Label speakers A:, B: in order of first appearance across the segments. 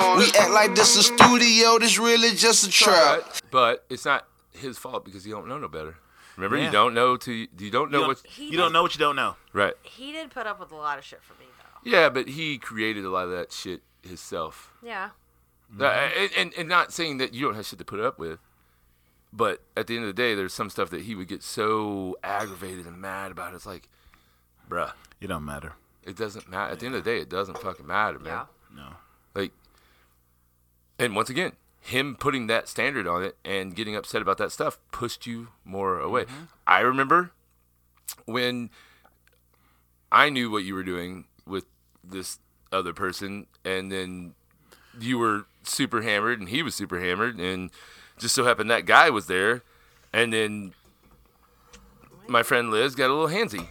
A: We act like this a studio, this really just a trap.
B: But, but it's not his fault because you don't know no better. Remember,
C: Yeah.
B: you don't know to you don't know
C: You
B: what
C: don't,
D: He
C: you don't
D: did-
C: know what you don't know.
B: right.
D: He did put up with a lot of shit from me though.
B: Yeah, but he created a lot of that shit himself.
D: Yeah.
B: Uh,
C: Mm-hmm.
B: And, and and not saying that you don't have shit to put up with, but at the end of the day, there's some stuff that he would get so aggravated and mad about. It's like, bruh,
C: It don't matter.
B: it doesn't matter. At the end of the day, it doesn't fucking matter, man.
D: Yeah.
C: No.
B: Like, and once again, him putting that standard on it and getting upset about that stuff pushed you more away. I remember when I knew what you were doing with this other person, and then you were super hammered, and he was super hammered, and just so happened that guy was there, and then my friend Liz got a little handsy,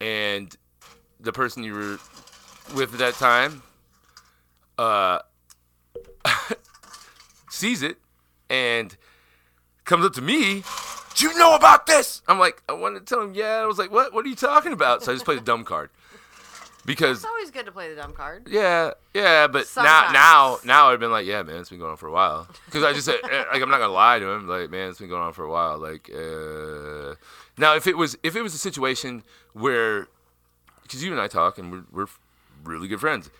B: and the person you were with at that time uh, sees it and comes up to me. Do you know about this? I'm like, I wanted to tell him, yeah. I was like, what? What are you talking about? So I just played a dumb card because,
D: It's always good to play the dumb card.
B: yeah, yeah. But
D: Sometimes.
B: now, now, now I've been like, yeah, man, it's been going on for a while. Because I just said, eh, like, I'm not gonna lie to him. Like, man, it's been going on for a while. Like, uh... now if it was if it was a situation where, because you and I talk and we're we're really good friends.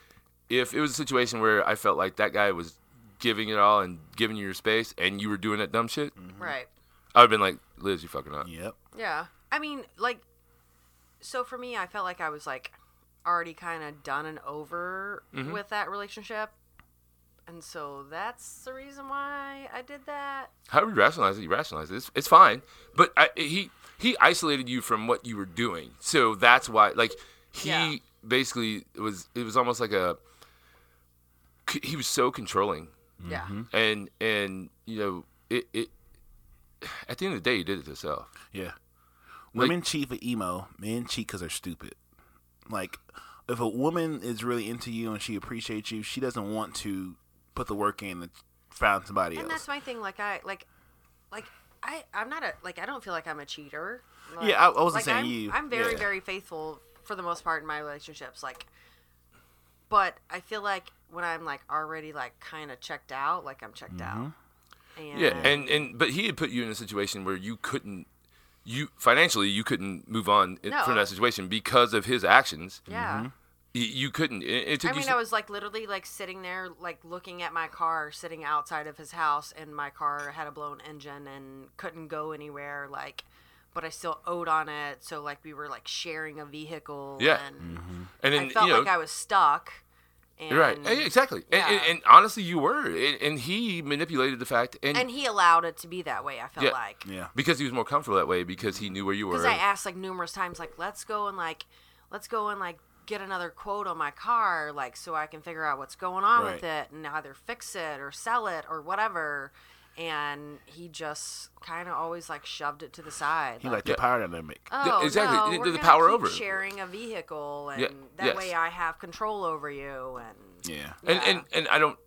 B: If it was a situation where I felt like that guy was giving it all and giving you your space and you were doing that dumb shit,
D: Right.
B: I would have been like, Liz, you fucking up.
C: Yep.
D: Yeah. I mean, like, so for me, I felt like I was like already kind of done and over with that relationship. And so that's the reason why I did that.
B: How do you rationalize it? You rationalize it. It's, it's fine. But I, he he isolated you from what you were doing. So that's why, like, he
D: Yeah.
B: basically was, it was almost like a, c- he was so controlling.
D: Yeah.
B: And, and you know, it, it, at the end of the day, he did it to himself.
C: Yeah. Women cheat for emo. Men cheat because they're stupid. Like, if a woman is really into you and she appreciates you, she doesn't want to put the work in and find somebody
D: And
C: else.
D: that's my thing. Like, I, like, like, I, I'm not a, like, I don't feel like I'm a cheater. Like-
C: Yeah, I- I wasn't
D: like,
C: saying
D: I'm,
C: you.
D: I'm very,
C: Yeah.
D: very faithful for the most part in my relationships. Like, but I feel like when I'm like already like kind of checked out, like I'm checked
C: Mm-hmm.
D: out. And
B: Yeah, and and but he had put you in a situation where you couldn't, you financially you couldn't move on i- from
D: No.
B: that situation because of his actions.
D: yeah.
C: Mm-hmm.
B: Y- you couldn't. It, it took
D: I
B: you.
D: mean,
B: so-
D: I was like literally like sitting there, like looking at my car, sitting outside of his house, and my car had a blown engine and couldn't go anywhere. Like, but I still owed on it, so like we were like sharing a vehicle.
B: Yeah. Mm-hmm.
D: and
B: and
D: I felt
B: you know,
D: like I was stuck. And,
B: right, eh, exactly. And-
D: Yeah.
B: And, and, honestly, you were. And, and he manipulated the fact, and,
D: And he allowed it to be that way. I felt
B: Yeah.
D: like
C: yeah.
B: because he was more comfortable that way, because he knew where you were.
D: because I asked like numerous times, like let's go and like let's go and like get another quote on my car, like so I can figure out what's going on with it and either fix it or sell it or whatever. And he just kind of always like shoved it to the side.
C: He
D: like,
C: liked the power dynamic.
D: oh,
B: Yeah, exactly.
D: no,
B: The-
D: we're
B: the
D: gonna
B: power
D: keep
B: over it."
D: sharing a vehicle, and
B: Yeah,
D: that
B: yes.
D: way I have control over you. And
C: Yeah.
B: and,
D: Yeah.
B: and and I don't.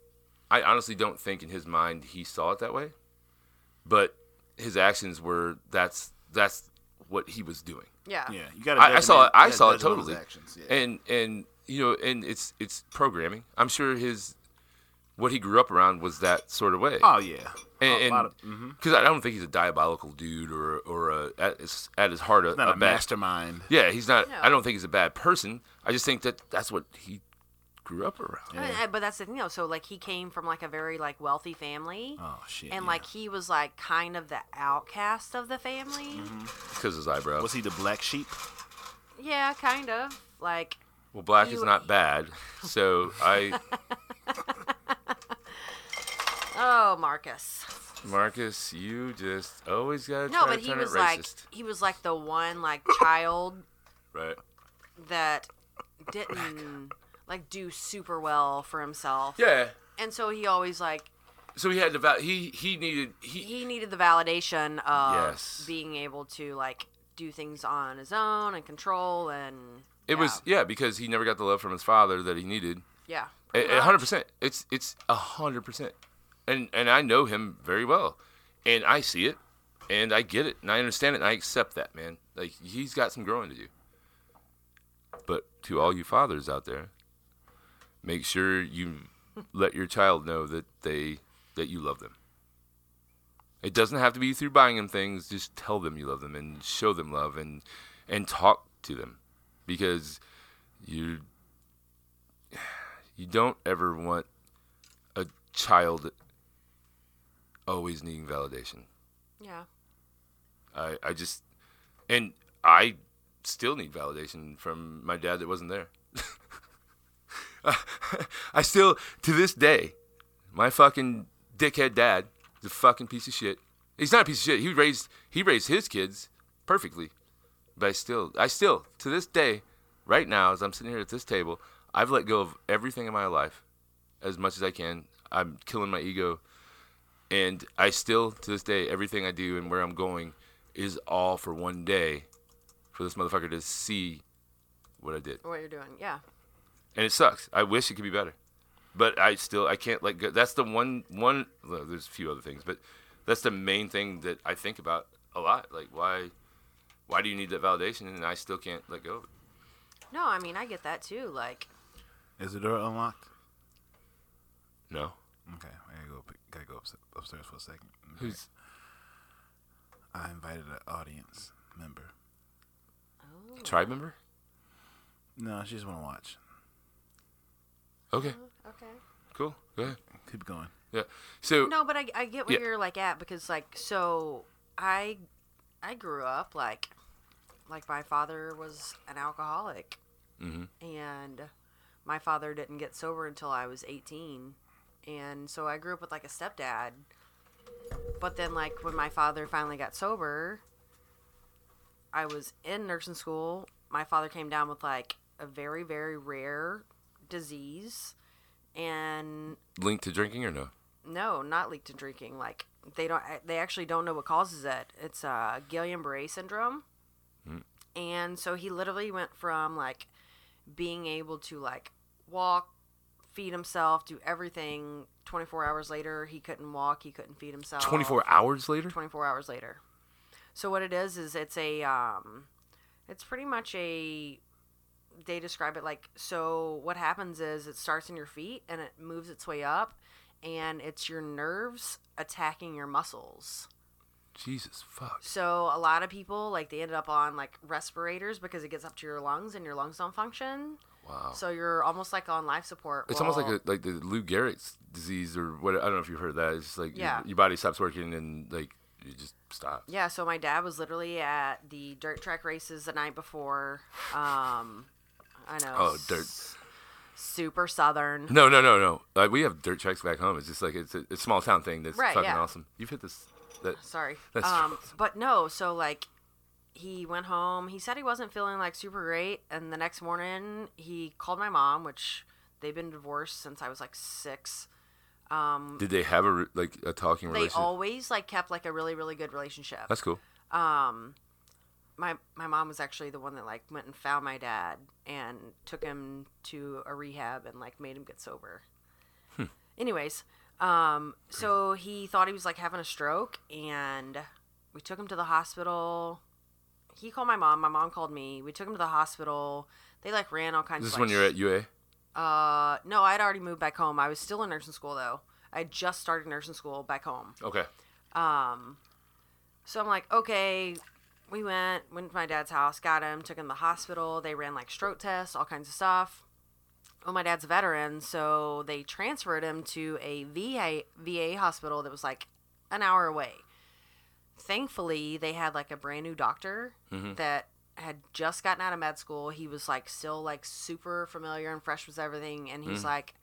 B: I honestly don't think in his mind he saw it that way, but his actions were. That's that's what he was doing.
D: yeah,
C: Yeah. You gotta.
B: I, I
C: judge a
B: saw
C: man-
B: it. I
C: you
B: saw it
C: gotta judge a woman's
B: totally.
C: Actions. Yeah.
B: And and you know, and it's it's programming. I'm sure his what he grew up around was that sort of way.
C: oh yeah.
B: and
C: a lot of-
B: because I don't think he's a diabolical dude or or a, at, his, at his heart a,
C: Not a,
B: a bad-
C: mastermind.
B: Yeah, he's not.
D: No.
B: I don't think he's a bad person. I just think that that's what he grew up around.
D: I mean, uh, but that's the thing though. So like he came from like a very like wealthy family.
C: Oh shit.
D: and
C: yeah.
D: like he was like kind of the outcast of the family.
B: Because his eyebrow.
C: was he the black sheep?
D: Yeah, kind of like
B: Well, black
D: he
B: is
D: wa-
B: not bad. So I,
D: oh Marcus.
B: Marcus, you just always gotta try
D: No, but
B: to
D: he
B: turn
D: was
B: it
D: like
B: racist,
D: he was like the one like child
B: right?
D: that didn't like do super well for himself.
B: Yeah.
D: And so he always like
B: So he had to. Val- he he needed.
D: he needed the validation of
B: Yes.
D: being able to like do things on his own and control and
B: It
D: yeah.
B: was yeah because he never got the love from his father that he needed.
D: yeah. pretty
B: A
D: much.
B: hundred percent. It's it's a hundred percent. And and I know him very well, and I see it, and I get it, and I understand it, and I accept that man. Like he's got some growing to do. But to all you fathers out there, make sure you let your child know that they that you love them. It doesn't have to be through buying them things. Just tell them you love them and show them love and and talk to them because you you don't ever want a child always needing validation.
D: Yeah.
B: I I just and I still need validation from my dad that wasn't there. I still to this day, my fucking dickhead dad is a fucking piece of shit. He's not a piece of shit. He raised he raised his kids perfectly. But I still I still to this day, right now as I'm sitting here at this table, I've let go of everything in my life as much as I can. I'm killing my ego. And I still, to this day, everything I do and where I'm going is all for one day for this motherfucker to see what I did.
D: What you're doing. Yeah.
B: And it sucks. I wish it could be better. But I still, I can't let go. That's the one, one, well, there's a few other things, but that's the main thing that I think about a lot. Like, why, why do you need that validation? And I still can't let go of it.
D: No, I mean, I get that too. Like,
C: Is the door unlocked?
B: No.
C: Okay, I gotta go. pick- Gotta go upst- upstairs for a second. Okay.
B: Who's,
C: I invited an audience member.
D: oh,
B: tribe member?
C: No, she just want to watch.
B: Okay,
D: okay.
B: cool. Go ahead.
C: Keep going.
B: Yeah. So,
D: No, but I, I get where
B: Yeah.
D: you're like at because like so I I grew up like like my father was an alcoholic
B: Mhm.
D: and my father didn't get sober until I was 18 and so I grew up with like a stepdad but then like when my father finally got sober I was in nursing school my father came down with like a very very rare disease and
B: linked to drinking or no?
D: no, not leaked and drinking. Like they don't, they actually don't know what causes it. It's uh, Guillain-Barré syndrome, and so he literally went from like being able to like walk, feed himself, do everything. Twenty-four hours later, he couldn't walk. He couldn't feed himself.
B: 24 hours later?
D: 24 hours later. So what it is is it's a um it's pretty much a they describe it like so what happens is it starts in your feet and it moves its way up and it's your nerves attacking your muscles.
B: Jesus fuck.
D: So a lot of people like they ended up on like respirators because it gets up to your lungs and your lungs don't function.
B: Wow.
D: So you're almost like on life support.
B: Oh. It's almost
D: while-
B: like a, like the Lou Gehrig's disease or what I don't know if you've heard that. It's just like your-
D: Yeah.
B: your, body stops working and like you just stop.
D: Yeah, so my dad was literally at the dirt track races the night before. Um, I know.
B: Oh, dirt.
D: s- Super southern.
B: No, no, no, no. Like we have dirt tracks back home. It's just like it's a, it's a small town thing that's
D: Right,
B: fucking
D: yeah.
B: awesome. You've hit this that
D: Sorry.
B: That's
D: um,
B: true.
D: but no, so like he went home. He said he wasn't feeling like super great, and the next morning he called my mom, which they've been divorced since I was like six. Um,
B: Did they have a re- like a talking
D: they
B: relationship?
D: always like kept like a really really good relationship.
B: that's cool.
D: um my my mom was actually the one that like went and found my dad and took him to a rehab and like made him get sober
B: Hmm.
D: anyways um so he thought he was like having a stroke and we took him to the hospital he called my mom my mom called me we took him to the hospital they like ran all kinds
B: Is this
D: of
B: when
D: like,
B: you're at UA?
D: uh no i'd already moved back home i was still in nursing school though i had just started nursing school back home
B: Okay.
D: um, so I'm like, okay, we went, went to my dad's house, got him, took him to the hospital. They ran like stroke tests, all kinds of stuff. Well, my dad's a veteran, so they transferred him to a VA, VA hospital that was like an hour away. Thankfully, they had like a brand new doctor that had just gotten out of med school. He was like still like super familiar and fresh with everything, and he's like,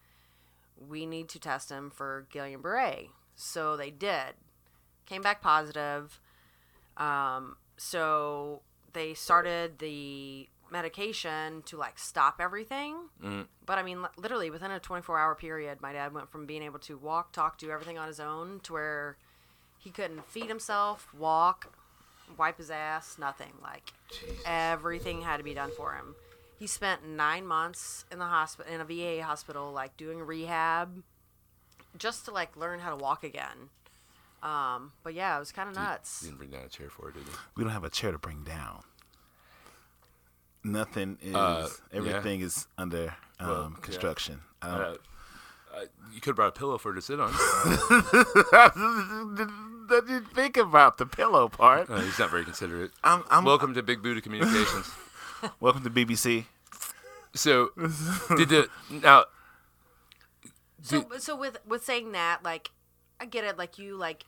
D: "We need to test him for Guillain-Barré." So they did came back positive. Um, so they started the medication to like stop everything.
B: Mhm.
D: But I mean, li- literally within a 24 hour period, my dad went from being able to walk, talk, do everything on his own to where he couldn't feed himself, walk, wipe his ass, nothing. Like everything had to be done for him. He spent nine months in the hospital, in a VA hospital, like doing rehab, just to like learn how to walk again. Um, but yeah, it was kind of nuts.
B: You didn't bring down a chair for it, did you?
C: We don't have a chair to bring down. Nothing is.
B: Uh, yeah.
C: everything is under um,
B: Uh, Well, yeah.
C: Oh. construction. I don't.
B: Uh, Uh, you could have brought a pillow for her to sit on.
C: I didn't think about the pillow part.
B: Uh, he's not very considerate.
C: I'm, I'm
B: Welcome to Big Buddha Communications.
C: welcome to BBC.
B: So, did the now?
D: So so with with saying that, like I get it, like you like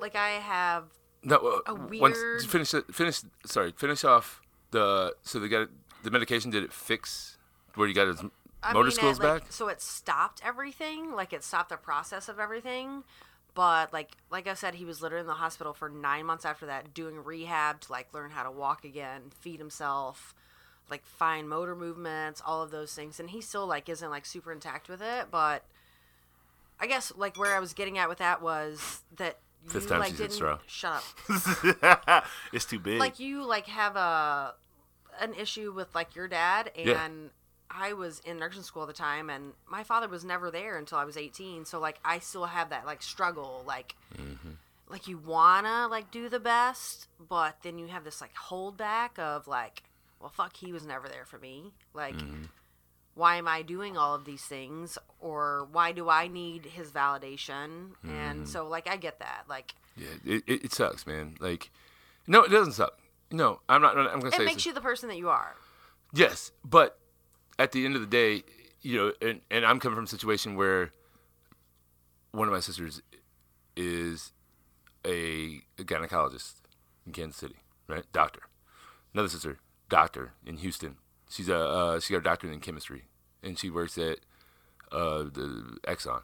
D: like I have
B: No, uh,
D: A
B: once
D: weird-
B: finish it- finish. Sorry, finish off the. So they got the medication. Did it fix where you got his
D: I
B: motor
D: mean, it,
B: skills
D: like,
B: back?
D: So it stopped everything, like it stopped the process of everything. But like like I said, he was literally in the hospital for nine months after that, doing rehab to like learn how to walk again, feed himself, like fine motor movements, all of those things. And he still like isn't like super intact with it, but I guess like where I was getting at with that was that
B: Fifth
D: you
B: time
D: like
B: she said
D: didn't
B: straw.
D: shut up
C: it's too big.
D: like you like have a an issue with like your dad and
B: Yeah.
D: I was in nursing school at the time and my father was never there until I was 18 so like I still have that like struggle like
B: Mm-hmm.
D: like you wanna like do the best but then you have this like hold back of like well fuck he was never there for me like
B: Mm-hmm.
D: why am I doing all of these things or why do I need his validation
B: Mm-hmm.
D: and so like I get that like
B: Yeah, it, it, it sucks, man. Like, no, it doesn't suck. No, I'm not. I'm gonna say
D: it
B: this.
D: makes you the person that you are
B: Yes, but at the end of the day, you know, and, and I'm coming from a situation where one of my sisters is a, gynecologist in Kansas City, right? Doctor. Another sister, doctor in Houston. She's a uh, she got a doctorate in chemistry, and she works at uh, the Exxon.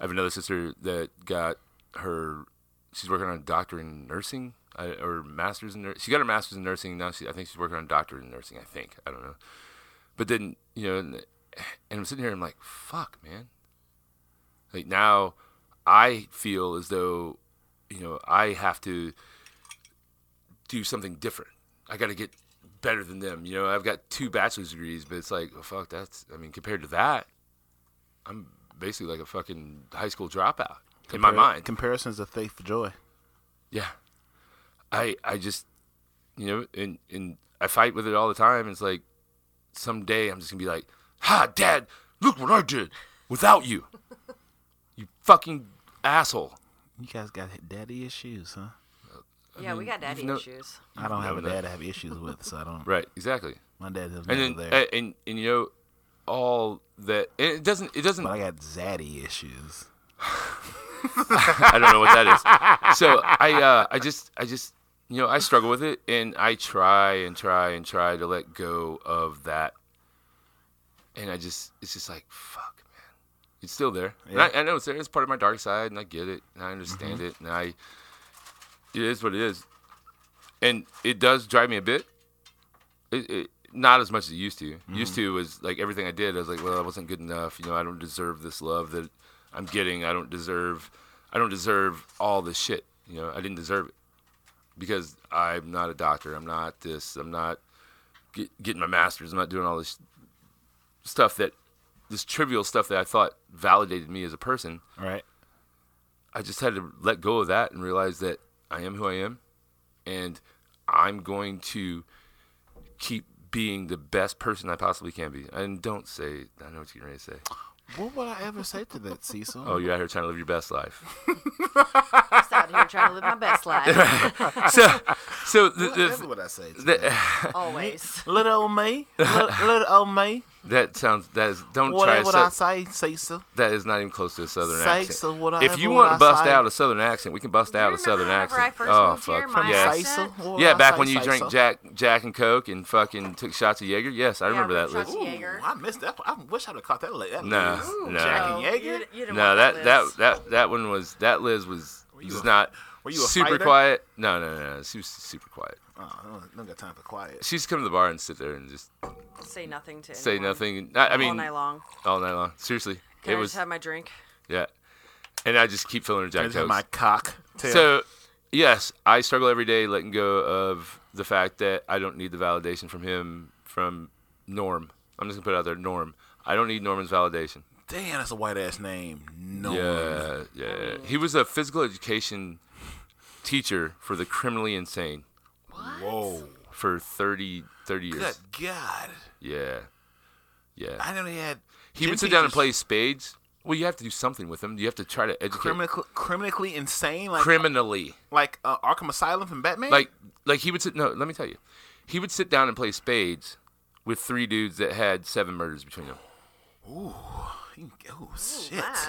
B: I have another sister that got her. She's working on a doctorate in nursing I, or master's in nursing. She got her master's in nursing. Now she, I think she's working on a doctorate in nursing. I think I don't know. But then you know, and, and I'm sitting here. I'm like, fuck, man. Like now, I feel as though you know I have to do something different. I got to get better than them. You know, I've got two bachelor's degrees, but it's like, oh, fuck, that's. I mean, compared to that, I'm basically like a fucking high school dropout in my mind.
C: Comparisons of faith for joy.
B: Yeah. I I just you know, and and I fight with it all the time. It's like someday I'm just gonna be like, Ha dad, look what I did without you. you fucking asshole.
C: You guys got daddy issues, huh?
D: yeah we got daddy
B: Mm-hmm. no-
D: issues
C: I don't have a
B: know that.
C: dad I have issues with, so I don't.
B: Right, exactly.
C: My dad is
B: And
C: never
B: then
C: there.
B: and, and and you know, all that and it doesn't it doesn't
C: but I got zaddy issues.
B: I don't know what that is. So I uh, I just I just you know I struggle with it, and I try and try and try to let go of that, and I just it's just like fuck, man, it's still there. And I, I know it's there. It's part of my dark side, and I get it, and I understand it, and I it is what it is, and it does drive me a bit. It, it, not as much as it used to. Used to was like everything I did. I was like, well, I wasn't good enough. You know, I don't deserve this love that I'm getting. I don't deserve. I don't deserve all this shit. You know, I didn't deserve it because I'm not a doctor. I'm not this. I'm not get, getting my master's. I'm not doing all this stuff that this trivial stuff that I thought validated me as a person.
C: Right.
B: I just had to let go of that and realize that I am who I am and I'm going to keep being the best person I possibly can be. And don't say, I know what you're going to say.
C: What would I ever say to that, Cecil?
B: Oh, you're out here trying to live your best life.
D: just out here trying to live my best life
B: so, so the,
C: Whatever
B: the,
C: would I say to
B: the-
D: always.
C: Little old me, little, little old me.
B: that sounds, that is, don't
C: What
B: try
C: would I
B: to,
C: say, Cecil?
B: that is not even close to a southern
C: Say
B: accent.
C: so, what I-
B: if you
C: what
B: want
C: I
B: to bust
C: say.
B: out a southern accent, we can bust out
D: You
B: a southern
D: remember
B: accent.
D: whenever I first
B: oh,
D: moved
B: fuck.
D: here,
B: fuck
D: my
B: yes.
D: accent-
C: Cecil? What would
B: Yeah,
C: I
B: back
C: say,
B: when you
C: Cecil?
B: drank Jack Jack and Coke and fucking took shots of Jaeger. Yes, I remember that
D: shots
B: list.
D: of
C: Ooh,
D: Jaeger.
C: I missed that. I wish I'd have caught that. late. That
B: Nah,
C: late.
B: Ooh, nah.
C: Jack and
D: No, you-
C: Jaeger.
D: you didn't
B: No,
D: want
B: that that
D: list.
B: that that one was that Liz was
C: you
B: was
C: a-
B: not
C: were you a
B: super
C: fighter?
B: quiet. No, no, no, no, she was super quiet.
C: Oh, I don't, don't got time for quiet.
B: She's come to the bar and sit there and just
D: say nothing to
B: say
D: anyone
B: nothing. I, I mean,
D: all night long.
B: All night long. Seriously,
D: Can
B: it
D: I
B: was
D: just have my drink?
B: yeah. And I just keep filling her
C: I
B: Jack
C: just had
B: Cokes.
C: my cock. Tail.
B: So yes, I struggle every day letting go of the fact that I don't need the validation from him from Norm. I'm just gonna put it out there, Norm. I don't need Norman's validation.
C: damn, that's a white ass name. No.
B: Yeah, yeah. He was a physical education teacher for the criminally insane
C: Whoa.
B: for 30, 30 years.
C: Good God.
B: Yeah. Yeah.
C: I know they had.
B: He
C: gym
B: would sit down and
C: teachers-
B: play spades Well, you have to do something with them. You have to try to educate
C: Criminally, criminally insane, like
B: criminally.
C: like uh, Arkham Asylum from Batman.
B: Like like he would sit. No, let me tell you, he would sit down and play spades with three dudes that had seven murders between them.
C: He- oh shit!
D: my.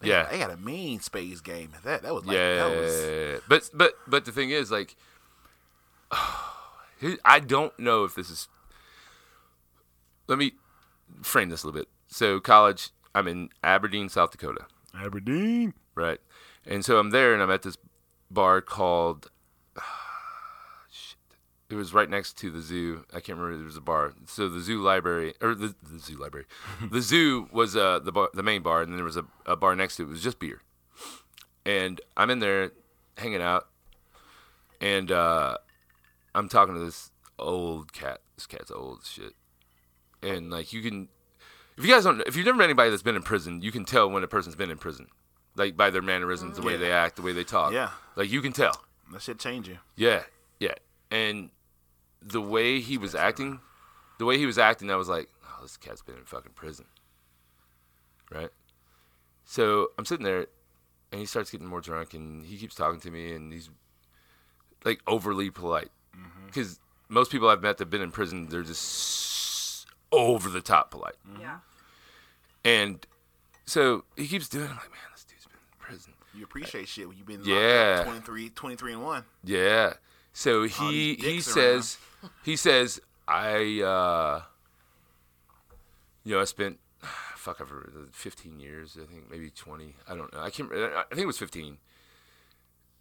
C: They-
B: Yeah.
C: they got a mean space game. That that was like
B: yeah,
C: that was
B: but but but the thing is, like, here- I don't know if this is. Let me frame this a little bit. So college, I'm in Aberdeen, South Dakota,
C: Aberdeen.
B: right? And so I'm there, and I'm at this bar called. shit. It was right next to the zoo. I can't remember. There was a bar. So the zoo library, or the, the zoo library, the zoo was uh, the bar, the main bar, and then there was a, a bar next to it. It was just beer and I'm in there hanging out, and uh, I'm talking to this old cat. This cat's old as shit, and like you can, if you guys don't, if you've never met anybody that's been in prison, you can tell when a person's been in prison, like by their mannerisms, the way they act, the way they talk.
C: Yeah.
B: like you can tell.
C: That shit changing.
B: Yeah, yeah, and the way he was acting, the way he was acting, I was like, oh, this cat's been in fucking prison, right? So I'm sitting there, and he starts getting more drunk, and he keeps talking to me, and he's like overly polite, because most people I've met that've been in prison, they're just over the top polite,
D: Yeah.
B: and so he keeps doing. it. I'm like, man, this dude's been in prison.
C: You appreciate shit when you've been
B: Yeah.
C: like 23, 23 and one.
B: Yeah. So he
C: Oh, these
B: he
C: dicks
B: says he says I uh you know I spent fuck I've heard- 15 years I think maybe 20 I don't know I can't I think it was 15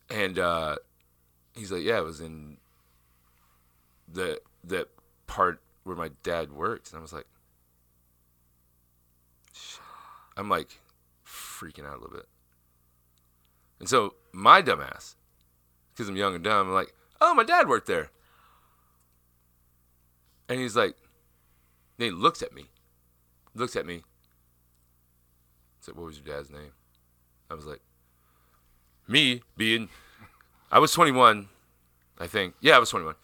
B: and uh he's like yeah it was in the that part where my dad worked and I was like shit. I'm like freaking out a little bit and so my dumbass because I'm young and dumb. I'm like, oh, my dad worked there. And he's like, then he looks at me, looks at me. He's like, what was your dad's name? I was like, me being, I was 21, I think. Yeah, I was 21.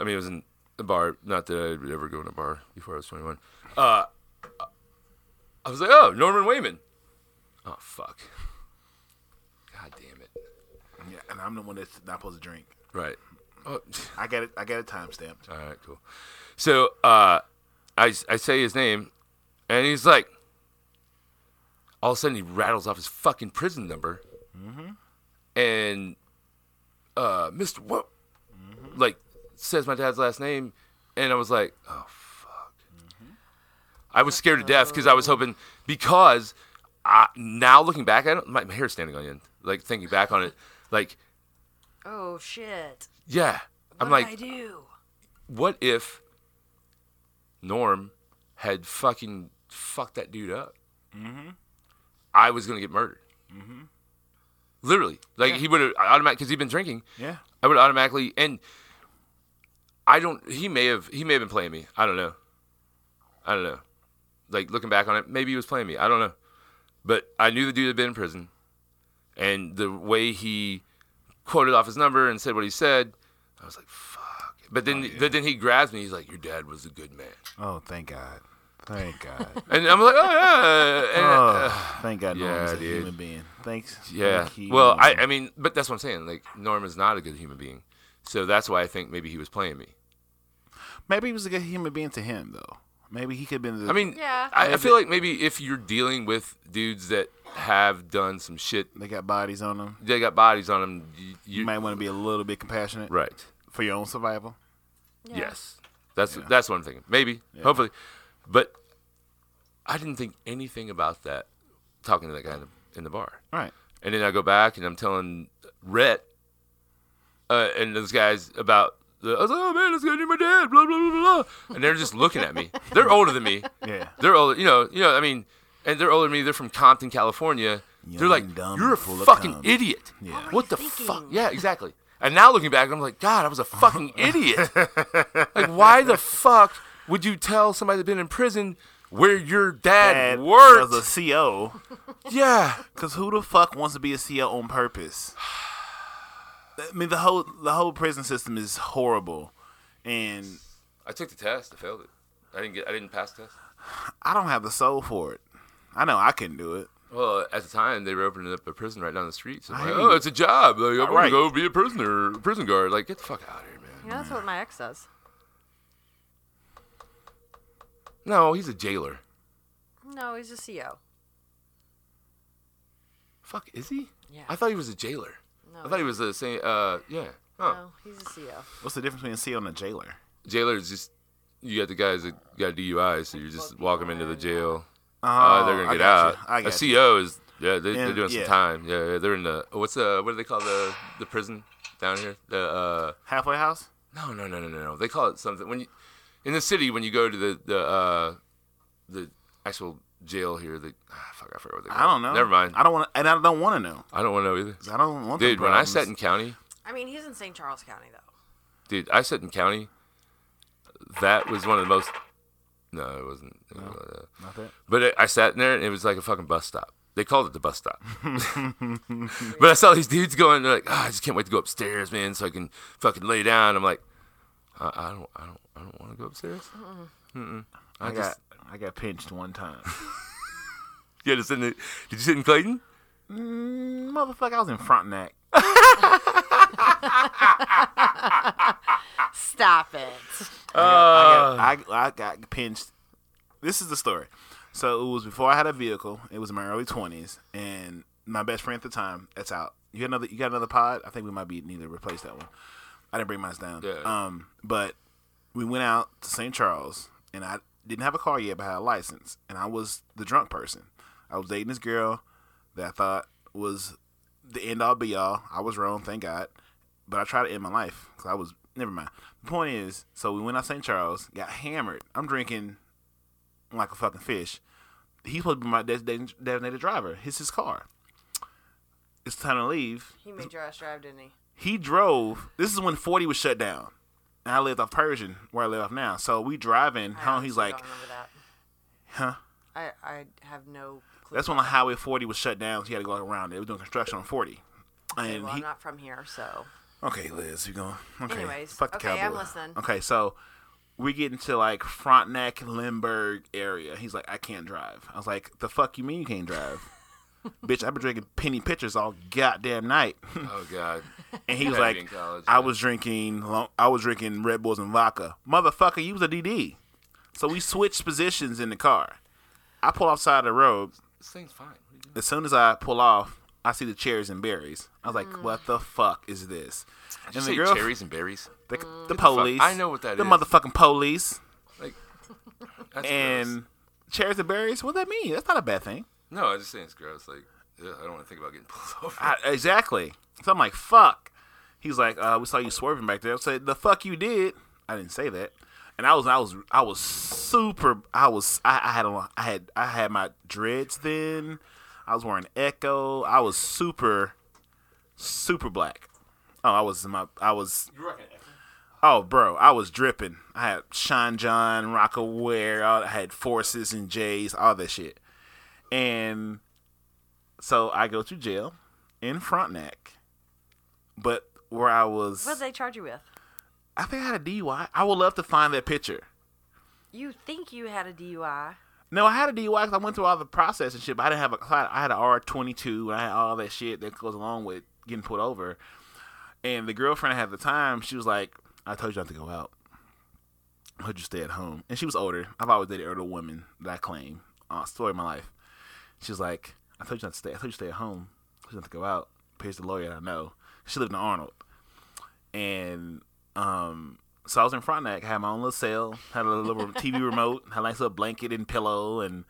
B: I mean, it was in a bar. Not that I would ever go in a bar before I was 21. Uh, I was like, oh, Norman Wayman. Oh, fuck. God damn it.
C: Yeah, and I'm the one that's not supposed to drink.
B: Right. Oh,
C: I got it. I got it time stamped.
B: all right, cool. So uh, I, I say his name, and he's like, all of a sudden he rattles off his fucking prison number,
D: Mm-hmm.
B: and uh, Mister what,
D: Mm-hmm.
B: like says my dad's last name, and I was like, oh fuck.
D: Mm-hmm.
B: I was scared to death because I was hoping because I, now looking back at it, my, my hair's standing on end. Like thinking back on it, like
D: Oh shit.
B: yeah,
D: What
B: I'm
D: did
B: like
D: I do?
B: what if Norm had fucking fucked that dude up? Mm-hmm. I was gonna get murdered. Mm-hmm. Literally, like he would have automatic because he'd been drinking.
C: Yeah.
B: I would automatically and I don't. He may have he may have been playing me. I don't know. I don't know. Like looking back on it, maybe he was playing me. I don't know. But I knew the dude had been in prison, and the way he quoted off his number and said what he said, I was like, "Fuck!" But then, but then he grabs me. He's like, "Your dad was a good man,"
C: Oh, thank God. Thank God.
B: and I'm like, "Oh yeah." And, uh,
C: oh, thank God.
B: yeah,
C: Norman's a
B: dude.
C: human being. Thanks.
B: Yeah.
C: Thank you,
B: Well, I,
C: Norman.
B: I mean, but that's what I'm saying. Like, Norm is not a good human being. So that's why I think maybe he was playing me.
C: maybe he was a good human being to him though. Maybe he could have been. The,
B: I mean,
D: Yeah.
B: I, I feel like maybe if you're dealing with dudes that have done some shit,
C: they got bodies on them.
B: they got bodies on them. You,
C: You might want to be a little bit compassionate
B: right?
C: for your own survival.
B: Yes, that's that's what I'm thinking. Maybe, hopefully, but I didn't think anything about that. Talking to that guy in the, in the bar.
C: All right.
B: And then I go back and I'm telling Rhett uh, and those guys about the. I was like, oh man, let's go do my dad, blah, blah, blah, blah. And they're just looking at me. They're older than me.
C: Yeah.
B: They're older, you know, you know, I mean, and they're older than me. They're from Compton, California. they're
C: Young,
B: like,
C: dumb,
B: you're a
C: full of
B: fucking
C: cum."
B: idiot.
D: What were
B: What
D: you
B: the
D: thinking?
B: fuck? Yeah, exactly. And now looking back, I'm like, God, I was a fucking idiot. like, why the fuck would you tell somebody that's been in prison where your dad,
C: Dad
B: worked?
C: was a CO.
B: yeah.
C: Cause who the fuck wants to be a CO on purpose? I mean, the whole the whole prison system is horrible, and
B: I took the test. I failed it. I didn't get. I didn't pass the test.
C: I don't have the soul for it. I know I couldn't do it.
B: Well, at the time they were opening up a prison right down the street. So I'm
C: I
B: like,
C: hear you.
B: oh, it's a job. Like, I'm gonna
C: Right.
B: go be a prisoner, prison guard. Like, get the fuck out of here, man.
D: You know, that's what my ex says.
B: No, he's a jailer.
D: No, he's a E CO.
B: Fuck, is he?
D: Yeah.
B: I thought he was a jailer.
D: No,
B: I thought he was the same. Uh, yeah. Huh.
D: no, he's a E CO.
C: What's the difference between a seal and a jailer?
B: Jailer is just you got the guys that got DUI, so you just walk them into the jail.
C: Oh,
B: Uh, they're gonna
C: I
B: get
C: got
B: out.
C: you. I
B: a E
C: got you.
B: CO is yeah, they, they're
C: And-
B: doing
C: yeah.
B: some time. Yeah, yeah, they're in the oh, what's the what do they call the the prison down here? The uh,
C: halfway house.
B: no, no, no, no, no, no. They call it something when you in the city when you go to the the uh, the actual jail here. The ah, fuck, I forgot what they call.
C: I don't know.
B: It. Never mind.
C: I don't want to, and I don't want to know.
B: I don't want to know either.
C: 'Cause I don't want. them
B: Dude, when I
C: problems.
B: sat in county,
D: I mean, he's in St. Charles County though.
B: dude, I sat in county. That was one of the most. No, it wasn't. it wasn't like that.
C: Not that.
B: But it, I sat in there and it was like a fucking bus stop. They called it the bus stop. but I saw these dudes going. They're like, oh, I just can't wait to go upstairs, man, so I can fucking lay down. I'm like, I, I don't, I don't, I don't want to go upstairs. Mm-mm. I,
C: I
B: just,
C: got I got pinched one time.
B: you had to sit in the, did you sit in Clayton?
C: Mm, Motherfucker, I was in Frontenac.
D: Stop it.
B: Uh.
C: I, got, I, I got pinched. This is the story. So it was before I had a vehicle. It was in my early twenties, and my best friend at the time. That's out. You got another. You got another pod. I think we might be need to replace that one. I didn't bring mine down.
B: Yeah.
C: Um, but we went out to St. Charles, and I didn't have a car yet, but I had a license, and I was the drunk person. I was dating this girl that I thought was the end all be all. I was wrong, thank God. But I tried to end my life because I was never mind. The point is, so we went out to St. Charles, got hammered. I'm drinking like a fucking fish. He's supposed to be my designated designated driver. It's his car. It's time to leave
D: He made your ass drive, didn't he?
C: he drove. This is when 40 was shut down. And I lived off Persian, where I live off now. So we driving
D: I
C: home. He's
D: honestly
C: like,
D: don't remember that.
C: huh?
D: I, I have no clue.
C: That's when the highway 40 was shut down. So he had to go around it. They were doing construction on 40.
D: Okay,
C: And
D: well,
C: he,
D: I'm not from here, so
C: okay, Liz, you going? Okay,
D: Anyways,
C: fuck the
D: okay, I'm
C: cowboy.
D: listening.
C: Okay, so we get into like Frontenac, Lindbergh area. He's like, I can't drive. I was like, the fuck you mean you can't drive? Bitch, I've been drinking penny pitchers all goddamn night.
B: Oh God.
C: And he was
B: Had to
C: like,
B: be in college,
C: I
B: yeah.
C: was drinking, lo- I was drinking Red Bulls and vodka, motherfucker. You was a DD, so we switched positions in the car. I pull off side of the road.
B: This thing's fine. What are you doing?
C: As soon as I pull off, I see the cherries and berries. I was like,
D: Mm.
C: what the fuck is this?
B: Did
C: And
B: you say
C: the girl,
B: cherries and berries?
C: the, the police.
B: I know Mm, what that
C: the
B: is.
C: motherfucking police
B: Like, that's
C: and
B: gross.
C: cherries and berries. What does that mean? That's not a bad thing.
B: no, I was just saying it's gross. Like, ugh, I don't want to think about getting pulled over.
C: I, exactly. So I'm like, fuck. He's like, uh, we saw you swerving back there. I said, the fuck you did. I didn't say that. And I was, I was, I was super. I was, I, I had, a, I had, I had my dreads then. I was wearing Echo. I was super, super black. Oh, I was in my, I was. Oh, bro, I was dripping. I had Sean John, Rockaware. I had Forces and J's, all that shit. And so I go to jail in Frontenac, but where I was,
D: what did they charge you with?
C: I think I had a DUI. I would love to find that picture.
D: You think you had a DUI?
C: No, I had a DUI because I went through all the process and shit, but I didn't have a. I had an R twenty two and I had all that shit that goes along with getting pulled over. And the girlfriend I had at the time, she was like, "I told you not to go out. I told you to stay at home." And she was older. I've always dated older women that I claim. Uh, story of my life. She was like, "I told you not to stay. I told you to stay at home. I told you not to go out." Here's the lawyer I know. She lived in Arnold, and um, so I was in Frontenac. had my own little cell, had a little TV remote, had a nice little blanket and pillow and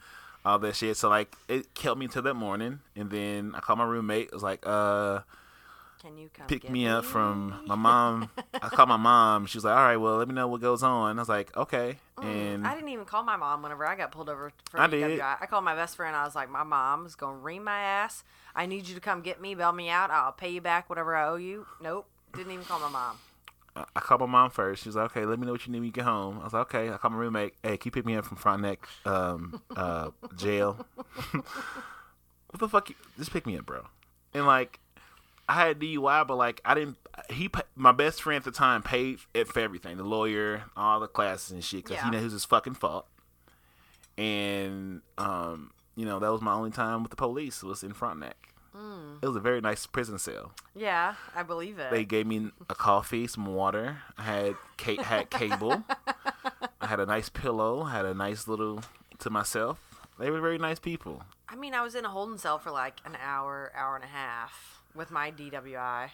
C: all that shit. So like it kept me until that morning, and then I called my roommate. It was like, uh,
D: Can you come
C: pick
D: get
C: me up from my mom. I called my mom. She was like, all right, well, let me know what goes on. I was like, okay, and
D: Mm, I didn't even call my mom whenever I got pulled over for
C: I
D: DWI.
C: did.
D: I called my best friend. I was like, "My mom's gonna ream my ass. I need you to come get me, bail me out. I'll pay you back whatever I owe you." Nope, didn't even call my mom.
C: I- I called my mom first. She was like, okay, let me know what you need when you get home. I was like, okay. I called my roommate. Hey, can you pick me up from Frontenac um, uh, jail? what the fuck? You, just pick me up, bro. And like, I had DUI, but like, I didn't. He, pa- my best friend at the time, paid it for everything the lawyer, all the classes and shit, because
D: Yeah.
C: he knew it was his fucking fault. And um, you know, that was my only time with the police was in Frontenac. It was a very nice prison cell.
D: Yeah, I believe it.
C: They gave me a coffee, some water. I had ca- had cable. I had a nice pillow. Had a nice little to myself. They were very nice people.
D: I mean, I was in a holding cell for like an hour, hour and a half with my DWI.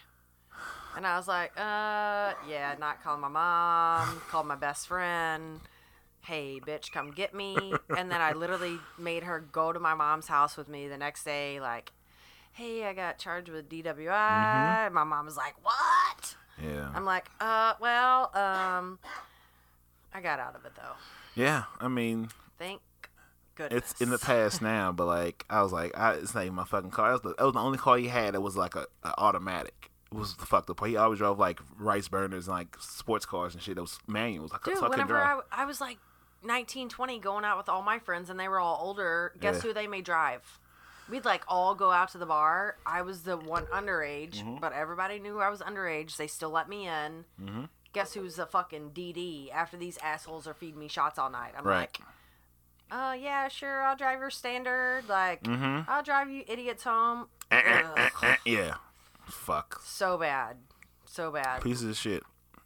D: And I was like, uh, yeah, not calling my mom, called my best friend. Hey, bitch, come get me. And then I literally made her go to my mom's house with me the next day, like, hey, I got charged with DWI. And my mom was like, what?
C: Yeah.
D: I'm like, uh, well, um, I got out of it though.
C: yeah. I mean,
D: Thank goodness.
C: it's in the past now, but like I was like, I, it's not even my fucking car. That was, the, that was the only car he had that was like a, a automatic. It was the fucked up. He always drove like rice burners and like sports cars and shit. Those manuals. I could
D: Dude,
C: fucking
D: whenever
C: drive.
D: I, I was like 19, 20 going out with all my friends and they were all older, guess
C: Yeah.
D: who they made drive? We'd like all go out to the bar. I was the one underage,
C: Mm-hmm.
D: but everybody knew I was underage. They still let me in.
C: Mm-hmm.
D: Guess who's the fucking DD after these assholes are feeding me shots all night? I'm
C: Right.
D: like, uh, yeah, sure, I'll drive your standard. Like,
C: Mm-hmm.
D: I'll drive you idiots home. Ugh,
C: yeah. Fuck.
D: so bad. So bad.
C: Pieces of shit.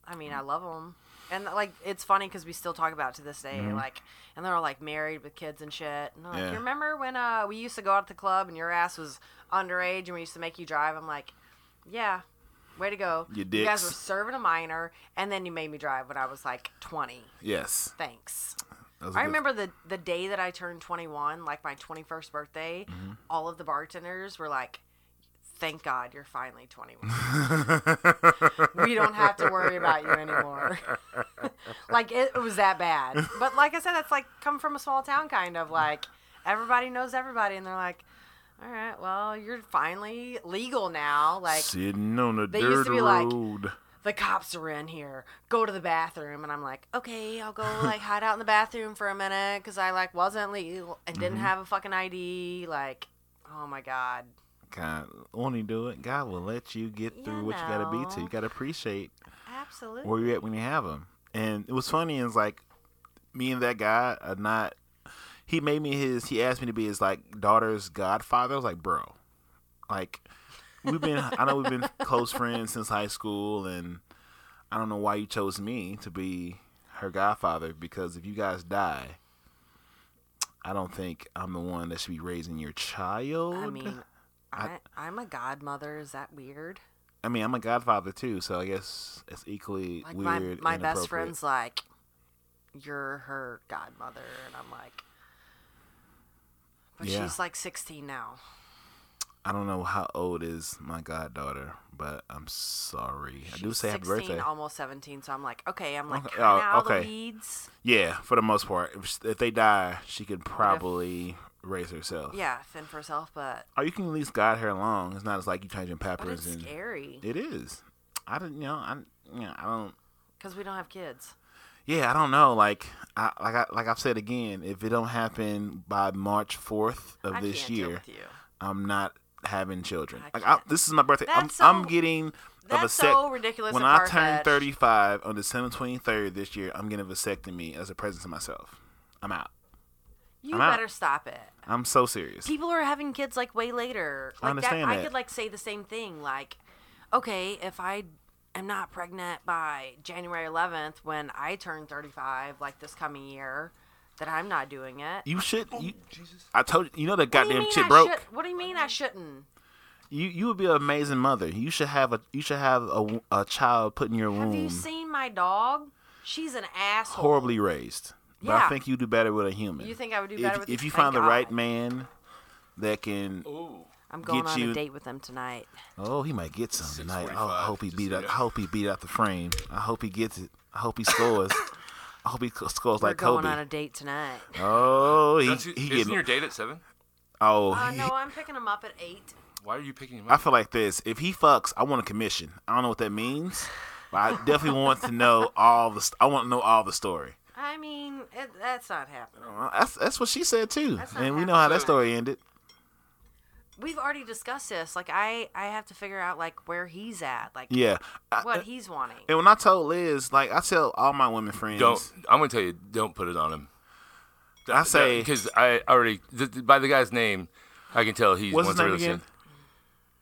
D: I mean, I love them. And like, it's funny because we still talk about it to this day. Like, and they're all like married with kids and shit. And I'm like,
C: Mm-hmm. Yeah.
D: you remember when uh, we used to go out to the club and your ass was underage and we used to make you drive? I'm like, yeah, way to go.
C: You
D: You guys
C: dicks.
D: were serving a minor, and then you made me drive when I was like 20.
C: Yes.
D: Thanks.
C: That was a
D: I
C: good-
D: remember the the day that I turned 21, like my 21st birthday. All of the bartenders were like, "Thank God you're finally 21. we don't have to worry about you anymore." like it, it was that bad. But like I said, that's like come from a small town kind of like everybody knows everybody, and they're like, "All right, well you're finally legal now." Like
C: sitting on the
A: They
C: dirt
D: used to be like-
C: road.
D: the cops are in here. Go to the bathroom, and I'm like, okay, I'll go like hide out in the bathroom for a minute because I like wasn't legal and
C: Mm-hmm.
D: didn't have a fucking ID. Like, oh my god,
C: God, won't he do it? God will let you get
D: You
C: through what you gotta be to.
D: know.
C: You gotta appreciate
D: absolutely.
C: where you at when you have them. And it was funny. Is like me and that guy are not. He made me his. He asked me to be his like daughter's godfather. I was like, bro, like we've been. I know we've been close friends since high school, and I don't know why you chose me to be her godfather. Because if you guys die, I don't think I'm the one that should be raising your child.
D: I mean, I, I'm a godmother. Is that weird?
C: I mean, I'm a godfather too, so I guess it's equally
D: Like my
C: weird.
D: my
C: and
D: best
C: appropriate.
D: friend's like, you're her godmother, and I'm like, but
C: Yeah.
D: she's like 16 now.
C: I don't know how old is my goddaughter, but I'm sorry. I do
D: She's
C: say happy
D: 16,
C: birthday.
D: almost 17. So I'm like, okay, I'm like
C: Okay.
D: kinda
C: Oh,
D: out of
C: okay.
D: the weeds.
C: Yeah, for the most part, if, s- if they die, she could probably raise herself.
D: Yeah, fend for herself, but
C: Or you can at least guide her along. It's not as like you changing
D: But
C: peppers
D: it's
C: and
D: scary
C: it is. I didn't, you know, I, you know, I don't.
D: because we don't have kids.
C: Yeah, I don't know. Like, I like I like I've said again, if it don't happen by March fourth of
D: I
C: this
D: can't
C: year,
D: deal with you.
C: I'm not having children.
D: I
C: Like I,
D: can't.
C: this is my birthday. I'm,
D: That's so-
C: I'm getting a
D: That's
C: vasect-
D: so ridiculous.
C: When
D: and
C: I turn
D: far-fetched.
C: 35 on December 23rd this year, I'm getting a vasectomy as a present to myself. I'm out.
D: you
C: I'm out.
D: better stop it.
C: I'm so serious.
D: People are having kids like way later. Like
C: I understand
D: I
C: that.
D: could like say the same thing. Like, okay, if I am not pregnant by January 11th when I turn 35, like this coming year, that I'm not doing it.
C: You should. You, I told you. You know that
D: What do you
C: goddamn
D: mean
C: shit
D: I
C: broke.
D: should- what do you mean I shouldn't?
C: You you would be an amazing mother. You should have a you should have a, w- a child put in your
D: Have
C: womb
D: you seen my dog? She's an asshole.
C: horribly raised. But I
D: Yeah.
C: think you do better with a human.
D: You think I would do
C: If-
D: better with
C: if
D: you?
C: you
D: Thank
C: find the right
D: God.
C: man that can.
D: I'm going
C: get
D: on
C: you-
D: a date with them tonight.
C: Oh, he might get some tonight. Oh,
B: 6:45,
C: I hope he
B: just
C: beat
B: so
C: up.
B: you
C: I hope he beat out the frame. I hope he gets it. I hope he scores. I hope he c- scores
D: We're
C: like
D: going
C: Kobe.
D: on a date tonight.
C: Oh, he,
B: Don't you,
C: he
B: isn't
C: getting.
B: your date at seven?
C: oh,
D: Uh,
C: he-
D: no, I'm picking him up at eight.
B: Why are you picking him
C: I
B: up?
C: feel like this. If he fucks, I want a commission. I don't know what that means, but I definitely want to know all the. St- I want to know all the story.
D: I mean, it, that's not happening.
C: Uh, That's that's what she said too,
D: That's not
C: and we know how that
B: happening.
C: story ended.
D: We've already discussed this. Like, I, I have to figure out like where he's at, like
C: Yeah. I-
B: uh,
D: what he's wanting.
C: and when I told Liz, like I tell all my women friends,
B: Don't. I'm gonna tell you. Don't put it on him.
C: I say,
B: because I already th- th- by the guy's name, I can tell he
C: What's
B: wants
C: his
B: to
C: name
B: really
C: again?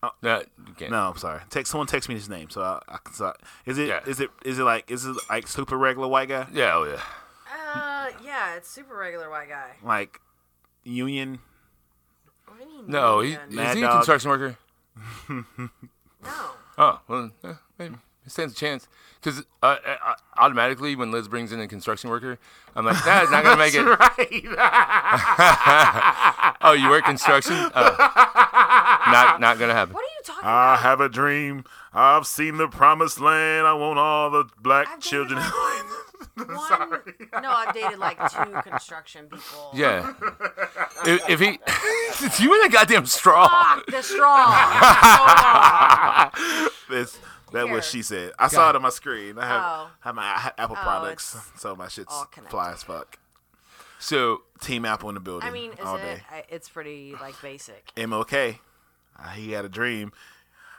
C: Uh,
B: sin. No, you can't.
C: no, I'm sorry. Text someone text me his name, so I, I can. So I, is it
B: Yeah.
C: is it is it like is it like super regular white guy
B: Yeah, oh yeah.
D: Uh, yeah, it's super regular white guy.
C: like Union?
D: What do you mean?
B: No, he,
D: Mexican?
C: Mad
B: is he a
C: Dog.
B: construction worker?
D: no.
B: Oh, well, eh, maybe. It stands a chance. Because uh, uh, automatically, when Liz brings in a construction worker, I'm like, nah, it's not going to make it. Oh, you work construction? Oh. Not not going to happen.
D: What are you talking
C: I
B: Uh,
D: about?
C: have a dream. I've seen the promised land. I want all the black
D: I've dated
C: children.
D: One, no, I've dated like two construction people.
B: Yeah. if, if he. it's you and a goddamn straw.
D: Fuck the straw.
C: That's that
D: Here.
C: what she said. I saw it on my screen. I have,
D: Oh.
C: have my I have Apple
D: Oh,
C: products,
D: it's
C: so my shit's
D: all connected.
C: fly as fuck.
B: So,
C: Team Apple in the building.
D: I mean, is
C: all
D: it?
C: day.
D: I, it's pretty like basic.
C: MLK. Uh, he had a dream.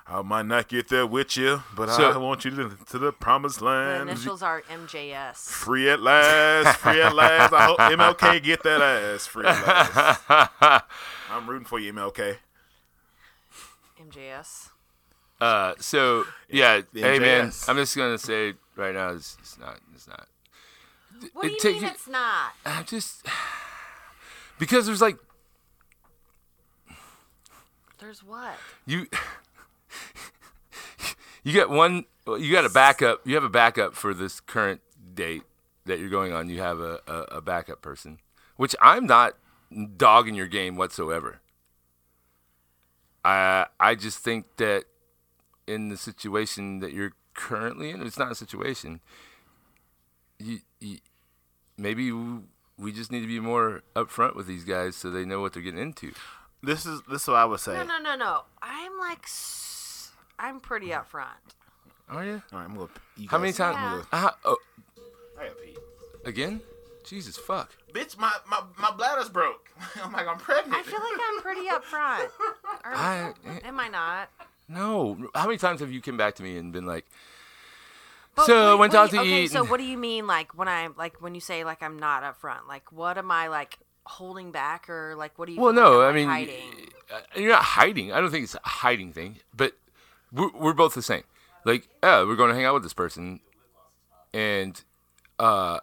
C: I might not get there with you, but
B: So-
C: I want you to, to the promised
D: The
C: land.
D: initials are MJS.
C: Free at last, free at last. I hope MLK get that ass free at last. I'm rooting for you, MLK.
D: MJS.
B: uh, so yeah, hey man,
C: NJS.
B: I'm just gonna say right now, it's, it's not, it's not.
D: What do
B: It
D: you
B: takes
D: mean
B: you-
D: it's not?
B: I just because there's like
D: There's what?
B: you you got one you got a backup you have a backup for this current date that you're going on you have a, a, a backup person which i'm not dogging your game whatsoever i i just think that in the situation that you're currently in it's not a situation you, you maybe we just need to be more upfront with these guys so they know what they're getting into
C: This is this is what I would say.
D: No, no, no, no. I'm like, s- I'm pretty upfront.
B: oh yeah
C: All right, I'm gonna. You
B: how many
C: guys-
B: times oh,
C: I gotta pee.
B: Again? Jesus fuck.
C: Bitch, my, my my bladder's broke. I'm like I'm
D: I
C: pregnant.
D: feel like I'm pretty upfront. Or
B: I eh.
D: am I not?
B: no. How many times have you come back to me and been like,
D: But
B: So,
D: wait,
B: went
D: what
B: out
D: do you-
B: to
D: okay,
B: eat
D: So
B: and-
D: what do you mean, like when I'm like when you say like I'm not upfront? Like what am I like holding back or like what do you?
B: well,
D: feel
B: no, I
D: like
B: mean,
D: I'm, like, hiding?
B: uh, you're not hiding. I don't think it's a hiding thing, but we're, we're both the same. Like, yeah, we're going to hang out with this person, and, uh,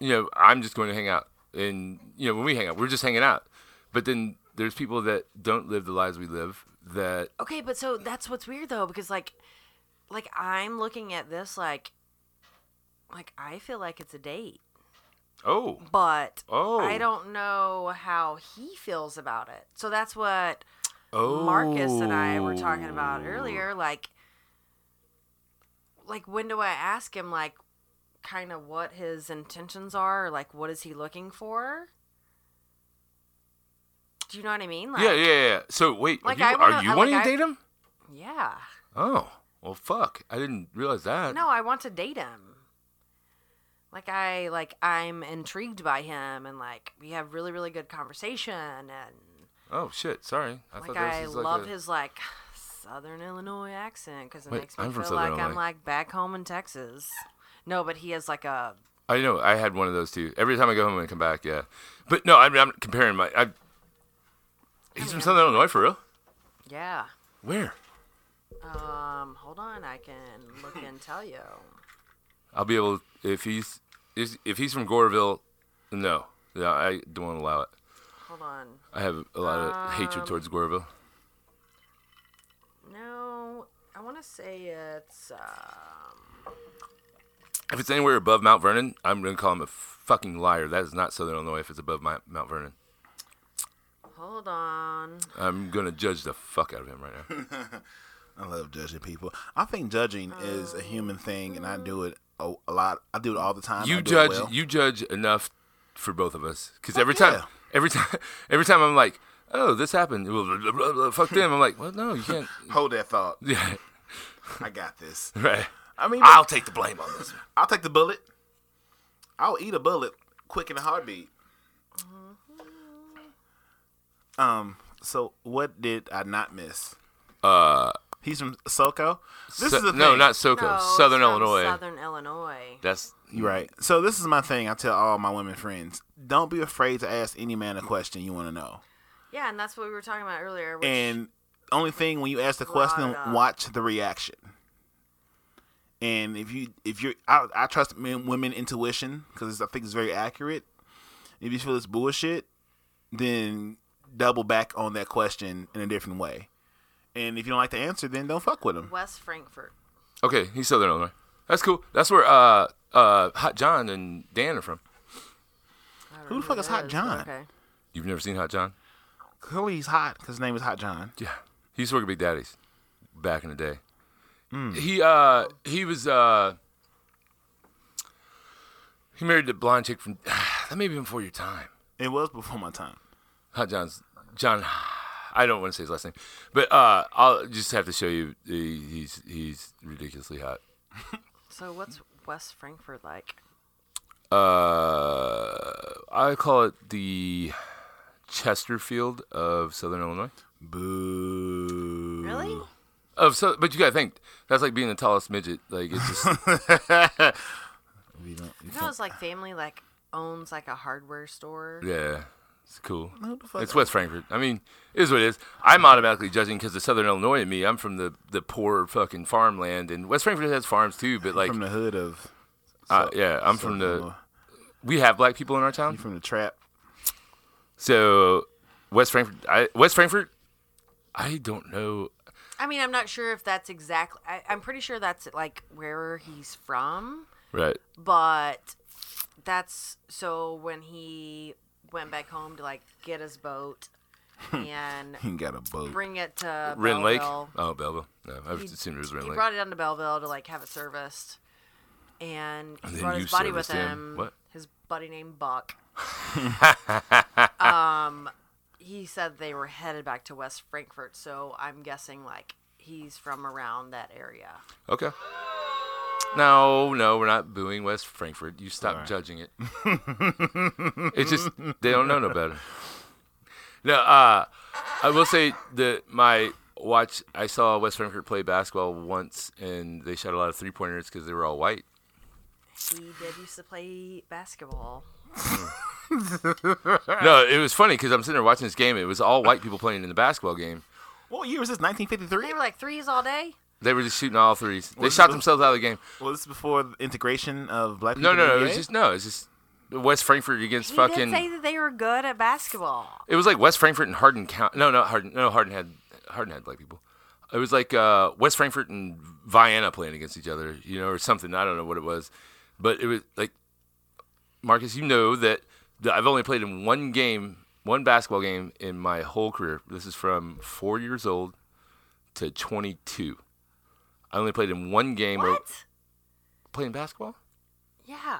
B: you know, I'm just going to hang out. And, you know, when we hang out, we're just hanging out. But then there's people that don't live the lives we live that,
D: Okay, but so that's what's weird though because like, like I'm looking at this like, like I feel like it's a date,
B: oh,
D: but
B: oh,
D: I don't know how he feels about it. So that's what
B: oh.
D: Marcus and I were talking about earlier, like like when do I ask him like kind of what his intentions are or like what is he looking for? Do you know what I mean? Like
B: yeah, yeah, yeah. So wait,
D: Like,
B: are
D: I
B: you,
D: wanna-
B: are you
D: I-
B: wanting
D: like,
B: to
D: I-
B: date him?
D: yeah.
B: Oh, well, fuck. I didn't realize that.
D: No, I want to date him. Like I like I'm intrigued by him and like we have really really good conversation and
B: Oh, shit. Sorry. I
D: like
B: that was
D: I
B: just like
D: love
B: a-
D: his like Southern Illinois accent because it
B: Wait,
D: makes me
B: I'm from
D: feel
B: Southern
D: like I'm
B: Illinois.
D: like back home in Texas. No, but he has like a
B: I know. I had one of those too. Every time I go home and come back, yeah. But no, I'm, I'm comparing my. I, he's from Southern Illinois for real?
D: yeah.
B: Where?
D: Um, hold on, I can look and tell you.
B: I'll be able if he's is if he's from Goreville. No, no, I don't want to allow it.
D: Hold on.
B: I have a lot of
D: Um.
B: hatred towards Goreville.
D: No, I want to say it's um.
B: If it's anywhere above Mount Vernon, I'm gonna call him a fucking liar. That is not Southern Illinois. If it's above my, Mount Vernon,
D: Hold on.
B: I'm gonna judge the fuck out of him right now.
C: I love judging people. I think judging is a human thing, and I do it a, a lot. I do it all the time. I
B: you
C: do it
B: judge
C: well.
B: you judge enough for both of us because
C: Fuck
B: every
C: yeah.
B: time every time every time i'm like oh this happened well, blah, blah, blah, blah, fuck them i'm like well no you can't
C: Hold that thought.
B: yeah
C: I got this.
B: right
C: I mean,
B: i'll take the blame on this one.
C: I'll take the bullet. I'll eat a bullet quick in a heartbeat. Um. So what did I not miss? He's from SoCo. This
B: Uh, So-
C: is the thing.
B: no, not SoCo,
D: No, it's
B: Southern
D: from
B: Illinois.
D: Southern Illinois.
B: That's
C: You're right. So this is my thing. I tell all my women friends: don't be afraid to ask any man a question you want to know.
D: Yeah, and that's what we were talking about earlier. Which,
C: And only thing when you ask the
D: Brought
C: question,
D: up.
C: watch the reaction. And if you if you're, I, I trust men, women intuition because I think it's very accurate. If you feel it's bullshit, then double back on that question in a different way. And if you don't like the answer, then don't fuck with them.
D: West Frankfurt.
B: okay. He's Southern Illinois. That's cool. That's where uh uh Hot John and Dan are from.
D: I don't
C: Who the
D: know
C: fuck is
D: that
C: Hot
D: but
C: John?
D: Okay.
B: You've never seen Hot John?
C: Clearly, he's hot because his name is Hot John.
B: Yeah, he used to work at Big Daddy's back in the day. He uh he was uh he married the blonde chick from that may have been before your time.
C: It was before my time.
B: Hot John's John. I don't want to say his last name, but uh I'll just have to show you. He, he's he's ridiculously hot.
D: So what's West Frankfurt like?
B: Uh, I call it the Chesterfield of Southern Illinois.
C: Boo.
D: Really?
B: Of so, but you gotta think that's like being the tallest midget. Like it's just
C: We don't, we
D: You know, it's like family like owns like a hardware store.
B: Yeah, it's cool.
C: Who the fuck-
B: It's West Frankfurt. I mean, it is what it is. I'm automatically judging because of Southern Illinois and me. I'm from the, the poor fucking farmland, and West Frankfurt has farms too. But like,
C: from the hood of.
B: uh, yeah, I'm from the. We have black people in our
C: You
B: town,
C: from the trap?
B: so West Frankfurt. I, West Frankfurt. I don't know.
D: I mean, I'm not sure if that's exactly. I, I'm pretty sure that's like where he's from,
B: Right.
D: but that's so when he went back home to like get his boat and
C: He ain't got a boat.
D: bring it to
B: Hmm. Ren Lake.
D: Belleville.
B: Oh, Belleville. No, I assumed it was Ren
D: He
B: Lake.
D: brought it down to Belleville to like have it serviced, and he
B: then
D: brought
B: you
D: his buddy with
B: serviced him.
D: him.
B: What?
D: His buddy named Buck. um, he said they were headed back to West Frankfurt, so I'm guessing like he's from around that area.
B: Okay. No, no, we're not booing West Frankfurt. You stop
C: Alright.
B: judging it. it's just they don't know no better. No, uh, I will say that my watch. I saw West Frankfurt play basketball once, and they shot a lot of three pointers because they were all white.
D: He did used to play basketball.
B: No, it was funny because I'm sitting there watching this game. It was all white people playing in the basketball game.
C: What year was this?
D: They
C: 1953?
D: were like threes all day.
B: They were just shooting all threes. They shot themselves out of the game.
C: Was this before the integration of black people?
B: No, no, no.
C: in the
B: It was
C: NBA?
B: just no. It's just West Frankfurt against
D: He
B: fucking.
D: did say that they were good at basketball.
B: It was like West Frankfurt and Hardin County. No, not Hardin. No, Hardin had Hardin had black people. It was like uh, West Frankfurt and Vienna playing against each other, you know, or something. I don't know what it was, but it was like Marcus. You know that that I've only played in one game, one basketball game in my whole career. This is from four years old to twenty two. I only played in one game of
D: What?
B: playing basketball.
D: Yeah.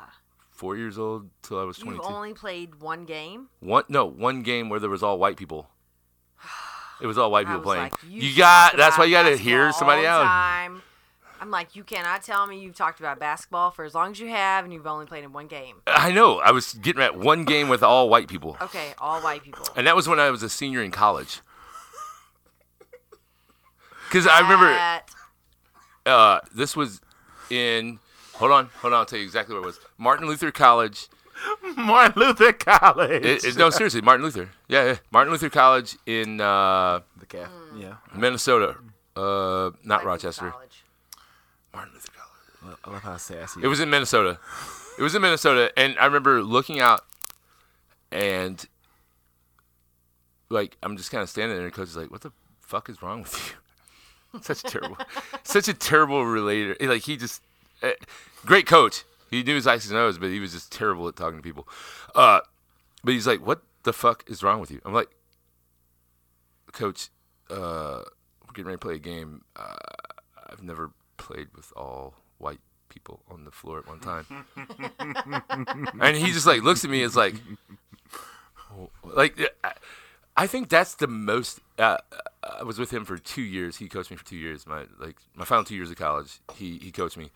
B: Four years old till I was twenty
D: You've
B: two.
D: only played one game.
B: One no, one game where there was all white people. It was all white
D: I
B: people
D: was
B: playing.
D: like,
B: you
D: "You've
B: got
D: talked
B: that's why
D: about
B: you got to
D: basketball
B: hear somebody
D: all the
B: out.
D: time. I'm like, you cannot tell me you've talked about basketball for as long as you have, and you've only played in one game.
B: I know. I was getting at one game with all white people,
D: Okay, all white people.
B: and that was when I was a senior in college. Because I remember
D: That-
B: uh, this was in. Hold on, hold on. I'll tell you exactly where it was. Martin Luther College.
C: Martin Luther College.
B: It, it- no, seriously, Martin Luther. Yeah, yeah. Martin Luther College in uh,
C: the calf. Yeah.
B: Minnesota, uh, not
D: like
B: Rochester.
D: college.
B: Martin Luther College.
C: I love how sassy.
B: It was in Minnesota. It was in Minnesota, and I remember looking out, and like I'm just kind of standing there, and coach is like, "What the fuck is wrong with you?" Such a terrible, such a terrible relator. Like he just, eh, great coach. He knew his ice and nose, but he was just terrible at talking to people. Uh, but he's like, "What the fuck is wrong with you?" I'm like, "Coach, uh, we're getting ready to play a game. Uh, I've never played with all white people on the floor at one time." and he just like looks at me. It's like, "Oh," like I- I think that's the most. Uh, I was with him for two years. He coached me for two years. My like my final two years of college, he he coached me.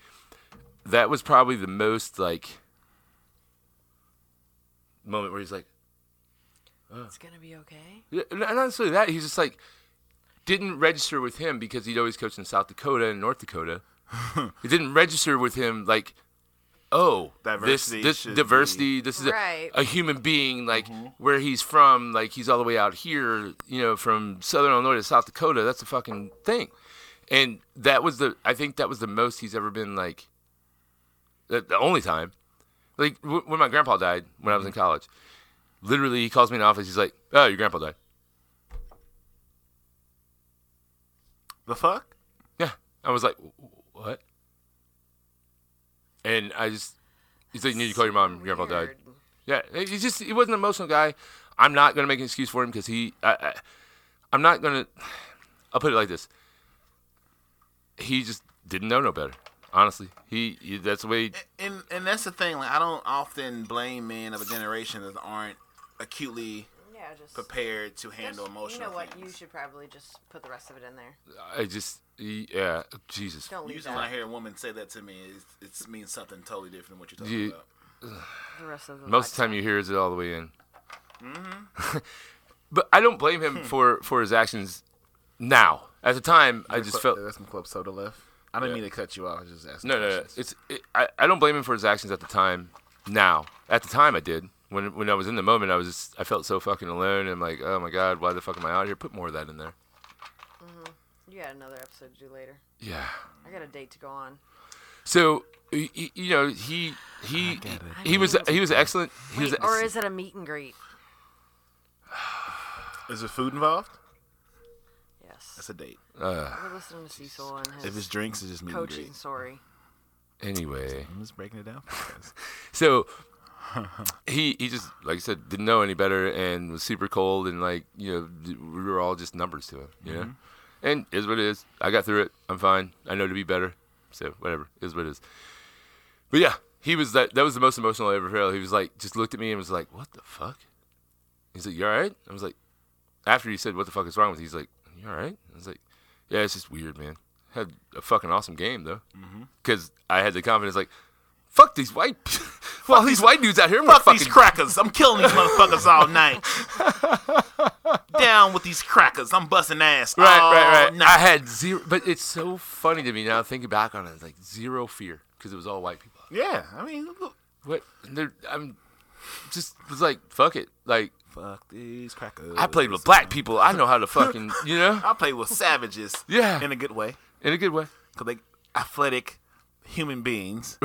B: That was probably the most like moment where he's like,
D: It's gonna be okay.
B: yeah, and not necessarily that. He's just like, didn't register with him because he'd always coached in South Dakota and North Dakota. it didn't register with him like, oh,
C: Diversity
B: this
C: should Mm-hmm.
B: this diversity. This is a-
D: Right.
B: a, human being like where he's from. Like he's all the way out here, you know, from Southern Illinois to South Dakota. That's a fucking thing. And that was the I think that was the most he's ever been like. The, the only time, like w- when my grandpa died when I was in
C: Mm-hmm.
B: college, literally he calls me in the office. He's like, "Oh, your grandpa died."
C: The fuck?
B: Yeah. I was like, "Wh- wh- what? And I just, he's like, you need to call your mom. Mm, Your grandpa died.
D: Weird.
B: Yeah. He's just, he wasn't an emotional guy. I'm not going to make an excuse for him because he, I, I, I'm not going to, I'll put it like this. He just didn't know no better. Honestly, he, he that's the way.
C: And and that's the thing. Like I don't often blame men of a generation that aren't acutely
D: Yeah, just
C: prepared to handle
D: just-
C: emotional
D: You know what?
C: things.
D: You should probably just put the rest of it in there.
B: I just, he- yeah, Jesus.
D: Don't leave
C: Usually, when I
D: that.
C: hear a woman say that to me, it, it means something totally different than what you're talking
B: You-
C: about.
D: The rest of the
B: Most of the time, you hear is it all the way in.
D: Mm-hmm.
B: but I don't blame
D: Hmm.
B: him for for his actions now. At the time, I just felt
C: There's some club soda left. I didn't mean to cut you off. I was just asking.
B: no, no, no. It's it, I, I don't blame him for his actions at the time. Now, at the time, I did. When when I was in the moment, I was just, I felt so fucking alone. And I'm like, oh my god, why the fuck am I out here? Put more of that in there.
D: You got another episode to do later.
B: Yeah.
D: I got a date to go on.
B: So y- y- you know he he he was he was excellent. He was,
D: Wait, or is it a meet and greet?
C: Is there food involved?
D: Yes.
C: That's a date.
D: We're listening to Cecil and
C: If it's
D: his
C: drinks, it's just meet and
D: coaching
C: greet.
D: story.
B: anyway.
C: I'm just breaking it down. For you guys.
B: So he he just like I said didn't know any better and was super cold and like you know d- we were all just numbers to him, you know. And it is what it is. I got through it. I'm fine. I know to be better. So whatever it is what it is. But yeah, he was that. That was the most emotional I ever felt. He was like just looked at me and was like, "What the fuck?" He's like, "You all right?" I was like, after he said, "What the fuck is wrong with?" you? He's like, "You all right?" I was like, "Yeah, it's just weird, man." Had a fucking awesome game though,
C: Mm-hmm.
B: because I had the confidence like, "Fuck these white, well these white dudes out here, I'm gonna
C: Fuck
B: fucking
C: these crackers. I'm killing these motherfuckers all night. Down with these crackers. I'm busting ass.
B: Right,
C: all
B: right, right. I
C: Night.
B: had zero, but it's so funny to me now thinking back on it. It's like zero fear because it was all white people.
C: Yeah, I mean, look.
B: What? And they're, I'm just was like, fuck it. Like
C: Fuck these crackers.
B: I played with black people. I know how to fucking, you know,
C: I played with savages.
B: Yeah.
C: in a good way,
B: in a good way.
C: cause they athletic human beings.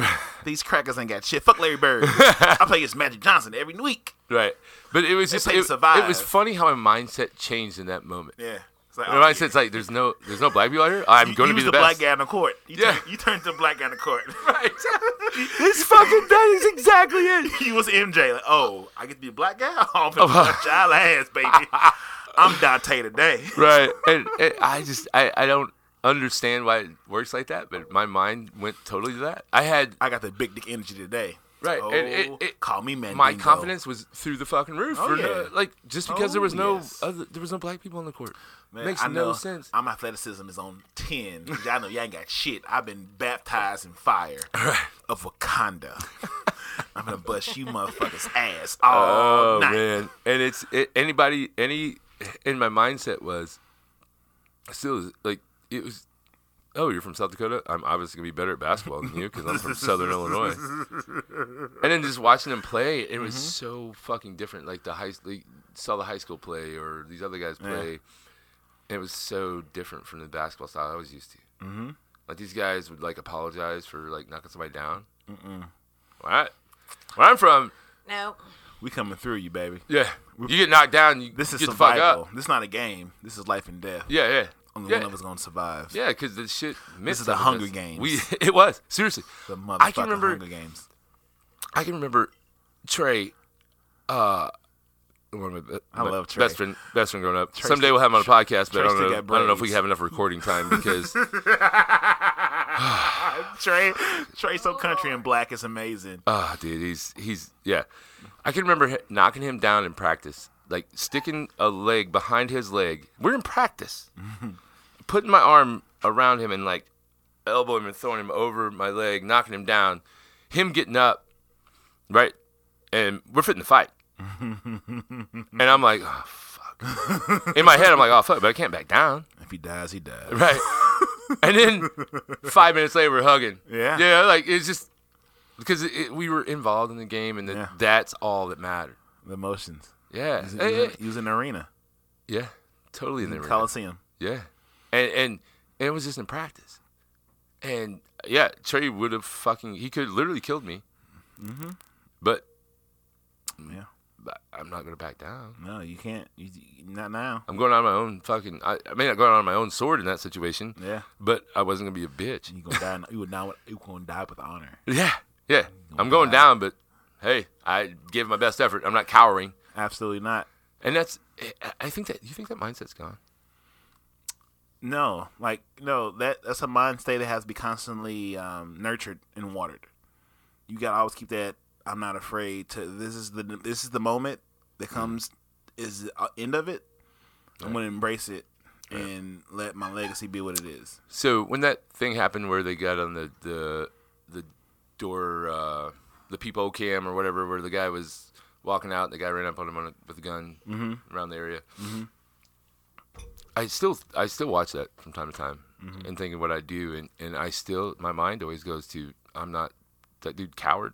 C: these crackers ain't got shit. Fuck Larry Bird. I play against Magic Johnson every week.
B: Right. But it was just
C: pay to
B: it,
C: survive.
B: it was funny how my mindset changed in that moment.
C: Yeah, it's like,
B: My
C: oh,
B: mindset's like there's no there's no black people out here. I'm
C: you,
B: going to be
C: you was
B: the,
C: the,
B: best.
C: black guy on the court. You
B: Yeah.
C: turned, you turned to the black guy on the court.
B: Right. it's fucking that is exactly it.
C: he was MJ. Like, oh, I get to be a black guy. Oh, I'm gonna punch y'all ass, baby. I'm Dante today.
B: right and, and i just I, I don't understand why it works like that but my mind went totally to that i had
C: I got the big dick energy today.
B: Right,
C: Oh,
B: and it- it-
C: call me man.
B: my confidence was through the fucking roof
C: Oh,
B: for no-
C: yeah.
B: like just because there
C: Oh,
B: was no
C: yes.
B: other there was no black people on the court
C: Man,
B: makes
C: I
B: no
C: know
B: sense
C: I'm athleticism is on ten. 'cause Y'all know y'all ain't got shit. I've been baptized in fire of Wakanda. I'm gonna bust you motherfuckers ass all
B: oh
C: night.
B: man and it's it, anybody any and my mindset was still is, like it was oh you're from south dakota i'm obviously going to be better at basketball than you because i'm from southern illinois and then just watching them play it was so fucking different like the high like, saw the high school play or these other guys play it was so different from the basketball style i was used to mm-hmm. like these guys would like apologize for like knocking somebody down Mm-mm. all right where i'm from
D: No.
C: We coming through you, baby.
B: yeah, you get knocked down. You
C: This is
B: get the fuck
C: survival.
B: up.
C: This is not a game. This is life and death.
B: Yeah, yeah,
C: Only
B: yeah,
C: one of us gonna survive.
B: yeah. Because the shit. This
C: is the Hunger Games.
B: We it was seriously.
C: The
B: I
C: motherfucking
B: can remember.
C: Hunger Games.
B: I can remember Trey. Uh, one of my, be-
C: I
B: my
C: love Trey.
B: best friend. Best friend growing up. Someday we'll have him on a podcast, but I don't
C: still
B: know. I
C: got
B: don't know if we
C: braids.
B: have enough recording time because
C: Trey, Trey, so country and black is amazing.
B: Ah, dude, he's he's yeah. I can remember hi- knocking him down in practice, like sticking a leg behind his leg. We're in practice, putting my arm around him and like elbowing him and throwing him over my leg, knocking him down. Him getting up, right, and we're fitting the fight. and I'm like, oh, fuck. In my head, I'm like, oh fuck, but I can't back down,
C: If he dies, he dies.
B: right? and then five minutes later, we're hugging.
C: Yeah.
B: yeah, like it's just because it, we were involved in the game, and that
C: Yeah.
B: that's all that mattered.
C: The emotions.
B: Yeah,
C: He was,
B: Eh,
C: he was-
B: eh,
C: he was in the arena,
B: yeah, totally in the arena.
C: Coliseum.
B: Yeah, and and it was just in practice, and yeah, Trey would have fucking he could have literally killed me, but
C: Mm-hmm. Yeah.
B: but I'm not gonna back down.
C: No, you can't. You, you- not now.
B: I'm going on my own fucking. I, I may not go on my own sword in that situation,
C: Yeah.
B: but I wasn't gonna be a bitch.
C: You gonna die. You would not. You gonna die with honor.
B: Yeah, yeah. I'm going down, but hey, I gave my best effort. I'm not cowering,
C: Absolutely not.
B: and that's. I- I think that you think that mindset's gone.
C: No, like no. That that's a mind state that has to be constantly um, nurtured and watered. You gotta always keep that. I'm not afraid to. This is the this is the moment that
B: Mm.
C: comes. Is the uh, end of it. I'm gonna embrace it and let my legacy be what it is.
B: So when that thing happened where they got on the the the door, uh, the peephole cam or whatever, where the guy was walking out, the guy ran up on him on a, with a gun around the area. I still I still watch that from time to time and think of what I do, and and I still my mind always goes to I'm not that dude coward,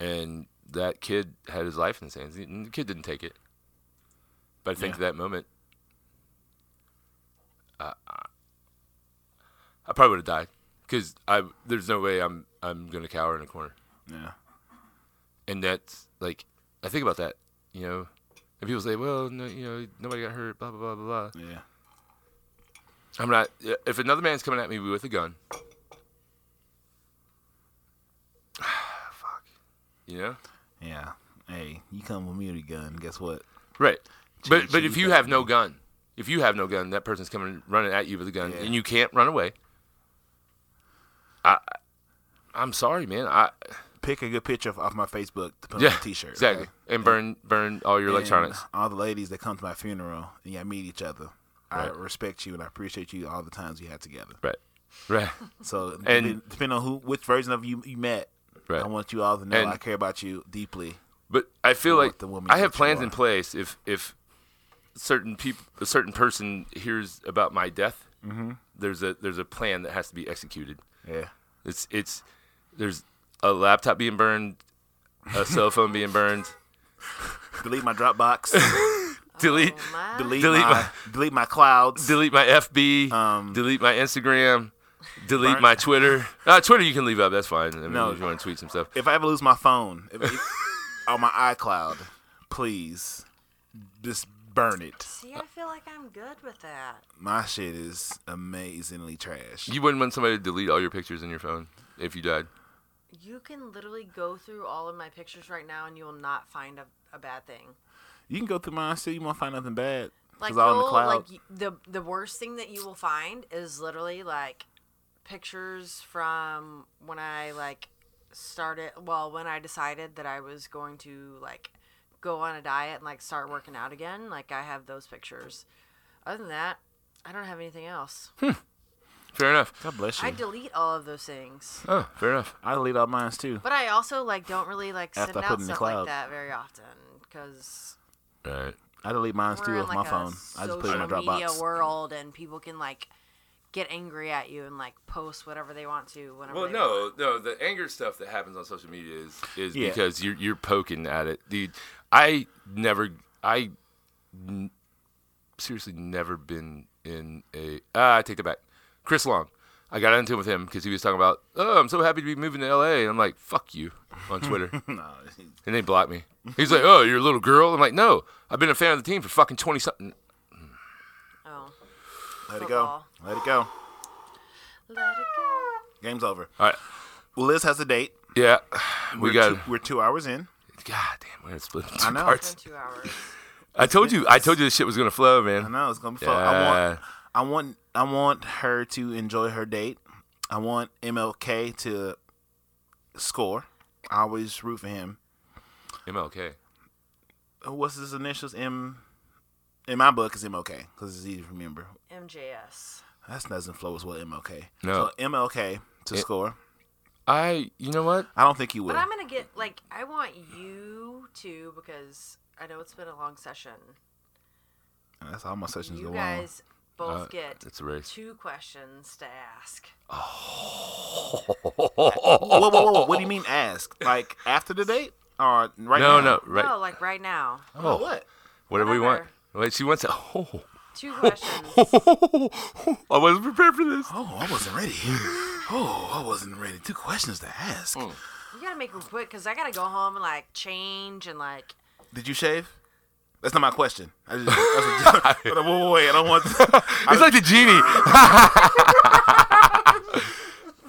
B: and that kid had his life in his hands, and the kid didn't take it. But I think
C: Yeah.
B: to that moment, I probably would have died because I there's no way I'm I'm gonna cower in a corner,
C: Yeah.
B: and that's like I think about that, you know, and people say, well, no, you know, nobody got hurt, blah blah blah blah blah.
C: Yeah.
B: I'm not. uh, If another man's coming at me with a gun, fuck, you know,
C: Yeah. Hey, you come with me with a gun. Guess what?
B: right?
C: Gee,
B: But but
C: gee,
B: if you
C: but-
B: have no gun, if you have no gun, that person's coming running at you with a gun,
C: Yeah.
B: and you can't run away. I, I'm sorry, man. I
C: Pick a good picture off, off my Facebook to put on
B: yeah,
C: a T-shirt.
B: exactly,
C: okay?
B: and burn burn all your
C: And
B: electronics.
C: all the ladies that come to my funeral and y'all meet each other. I
B: Right.
C: respect you and I appreciate you all the times we had together.
B: Right. Right.
C: So
B: And-
C: and depending on who, which version of you you met,
B: Right.
C: I want you all to know
B: And-
C: I care about you deeply.
B: But I feel
C: What
B: like
C: the woman
B: I have
C: that you
B: plans in
C: are.
B: place if if certain people a certain person hears about my death, mm-hmm. there's a there's a plan that has to be executed.
C: Yeah.
B: It's it's there's a laptop being burned, a cell phone being burned.
C: Oh Delete my Dropbox.
B: Delete
D: Oh my.
C: delete,
B: Delete
C: my, delete my clouds.
B: delete my FB,
C: Um,
B: delete my Instagram, delete
C: burn-
B: my Twitter. Uh, Twitter you can leave up, that's fine. I mean,
C: No.
B: if you want to tweet some stuff.
C: if I ever lose my phone if, if, or my iCloud, please just burn it.
D: See, I feel like I'm good with that.
C: My shit is amazingly trash.
B: You wouldn't want somebody to delete all your pictures in your phone if you died.
D: You can literally go through all of my pictures right now, and you will not find a, a bad thing.
C: You can go through mine, still you won't find nothing bad.
D: Like,
C: it's all in the
D: you'll-
C: cloud.
D: like y- the the worst thing that you will find is literally like pictures from when I like started. Well, when I decided that I was going to like go on a diet and like start working out again. Like I have those pictures. Other than that, I don't have anything else.
B: Fair enough.
C: God bless you.
D: I
C: I,
D: delete all of those things.
B: Oh, fair enough.
C: delete all mine too.
D: But I also like don't really like
C: After
D: send
C: I put
D: out
C: in the
D: stuff
C: cloud.
D: like that very often because
B: All right.
C: I delete mine
D: we're
C: too
D: in
C: off
D: like
C: my
D: a
C: phone. I
D: social
C: just put it in my
D: media
C: Dropbox.
D: world and people can like get angry at you and like post whatever they want to whenever.
B: Well,
D: they
B: no, no. The anger stuff that happens on social media is is
C: Yeah.
B: because you're you're poking at it, dude. I never, I n- seriously never been in a. Ah, I take that back. Chris Long, I got into it with him because he was talking about, oh, I'm so happy to be moving to L.A. and I'm like, fuck you on Twitter,
C: No,
B: and they blocked me. He's like, oh, you're a little girl. I'm like, no, I've been a fan of the team for fucking twenty something.
D: Oh.
C: let it go.
D: Football.
C: Let it go.
D: Let it go.
C: Game's over.
B: All right,
C: Well, Liz has a date.
B: yeah, we
C: We're
B: got.
C: two, we're two hours in.
B: God damn, we're gonna split into
C: I
B: two
C: know.
B: parts.
D: It's been two hours.
B: I told you, I told you this shit was gonna flow, man.
C: I know it's gonna be fun. I want,
B: Yeah.
C: I want, I want her to enjoy her date. I want MLK to score. I always root for him.
B: MLK.
C: Oh, What's his initials? M. In my book, is MLK because it's easy to remember.
D: MJS.
C: That doesn't flow as well. MLK.
B: No.
C: So MLK to score.
B: I, you know what?
C: I don't think he will.
D: But I'm gonna get like I want you to because I know it's been a long session.
C: That's how my sessions
D: You
C: go
D: guys both
B: Uh,
D: get
B: it's a race.
D: two questions to ask.
C: on. Whoa, whoa, whoa, whoa! What do you mean? Ask like after the date or right
B: No,
C: now?
B: no, right.
D: No, like right now.
C: Oh, what?
B: Whatever we want.
D: whatever.
B: Wait, she wants it. Oh.
D: Two questions.
B: I wasn't prepared for this.
C: Oh, I wasn't ready. oh, I wasn't ready. Two questions to ask.
B: Hmm.
D: you gotta make them quick because I gotta go home and like change and like.
C: Did you shave? That's not my question. I just, that's a joke. wait, wait, wait, I don't want.
B: It's like the genie.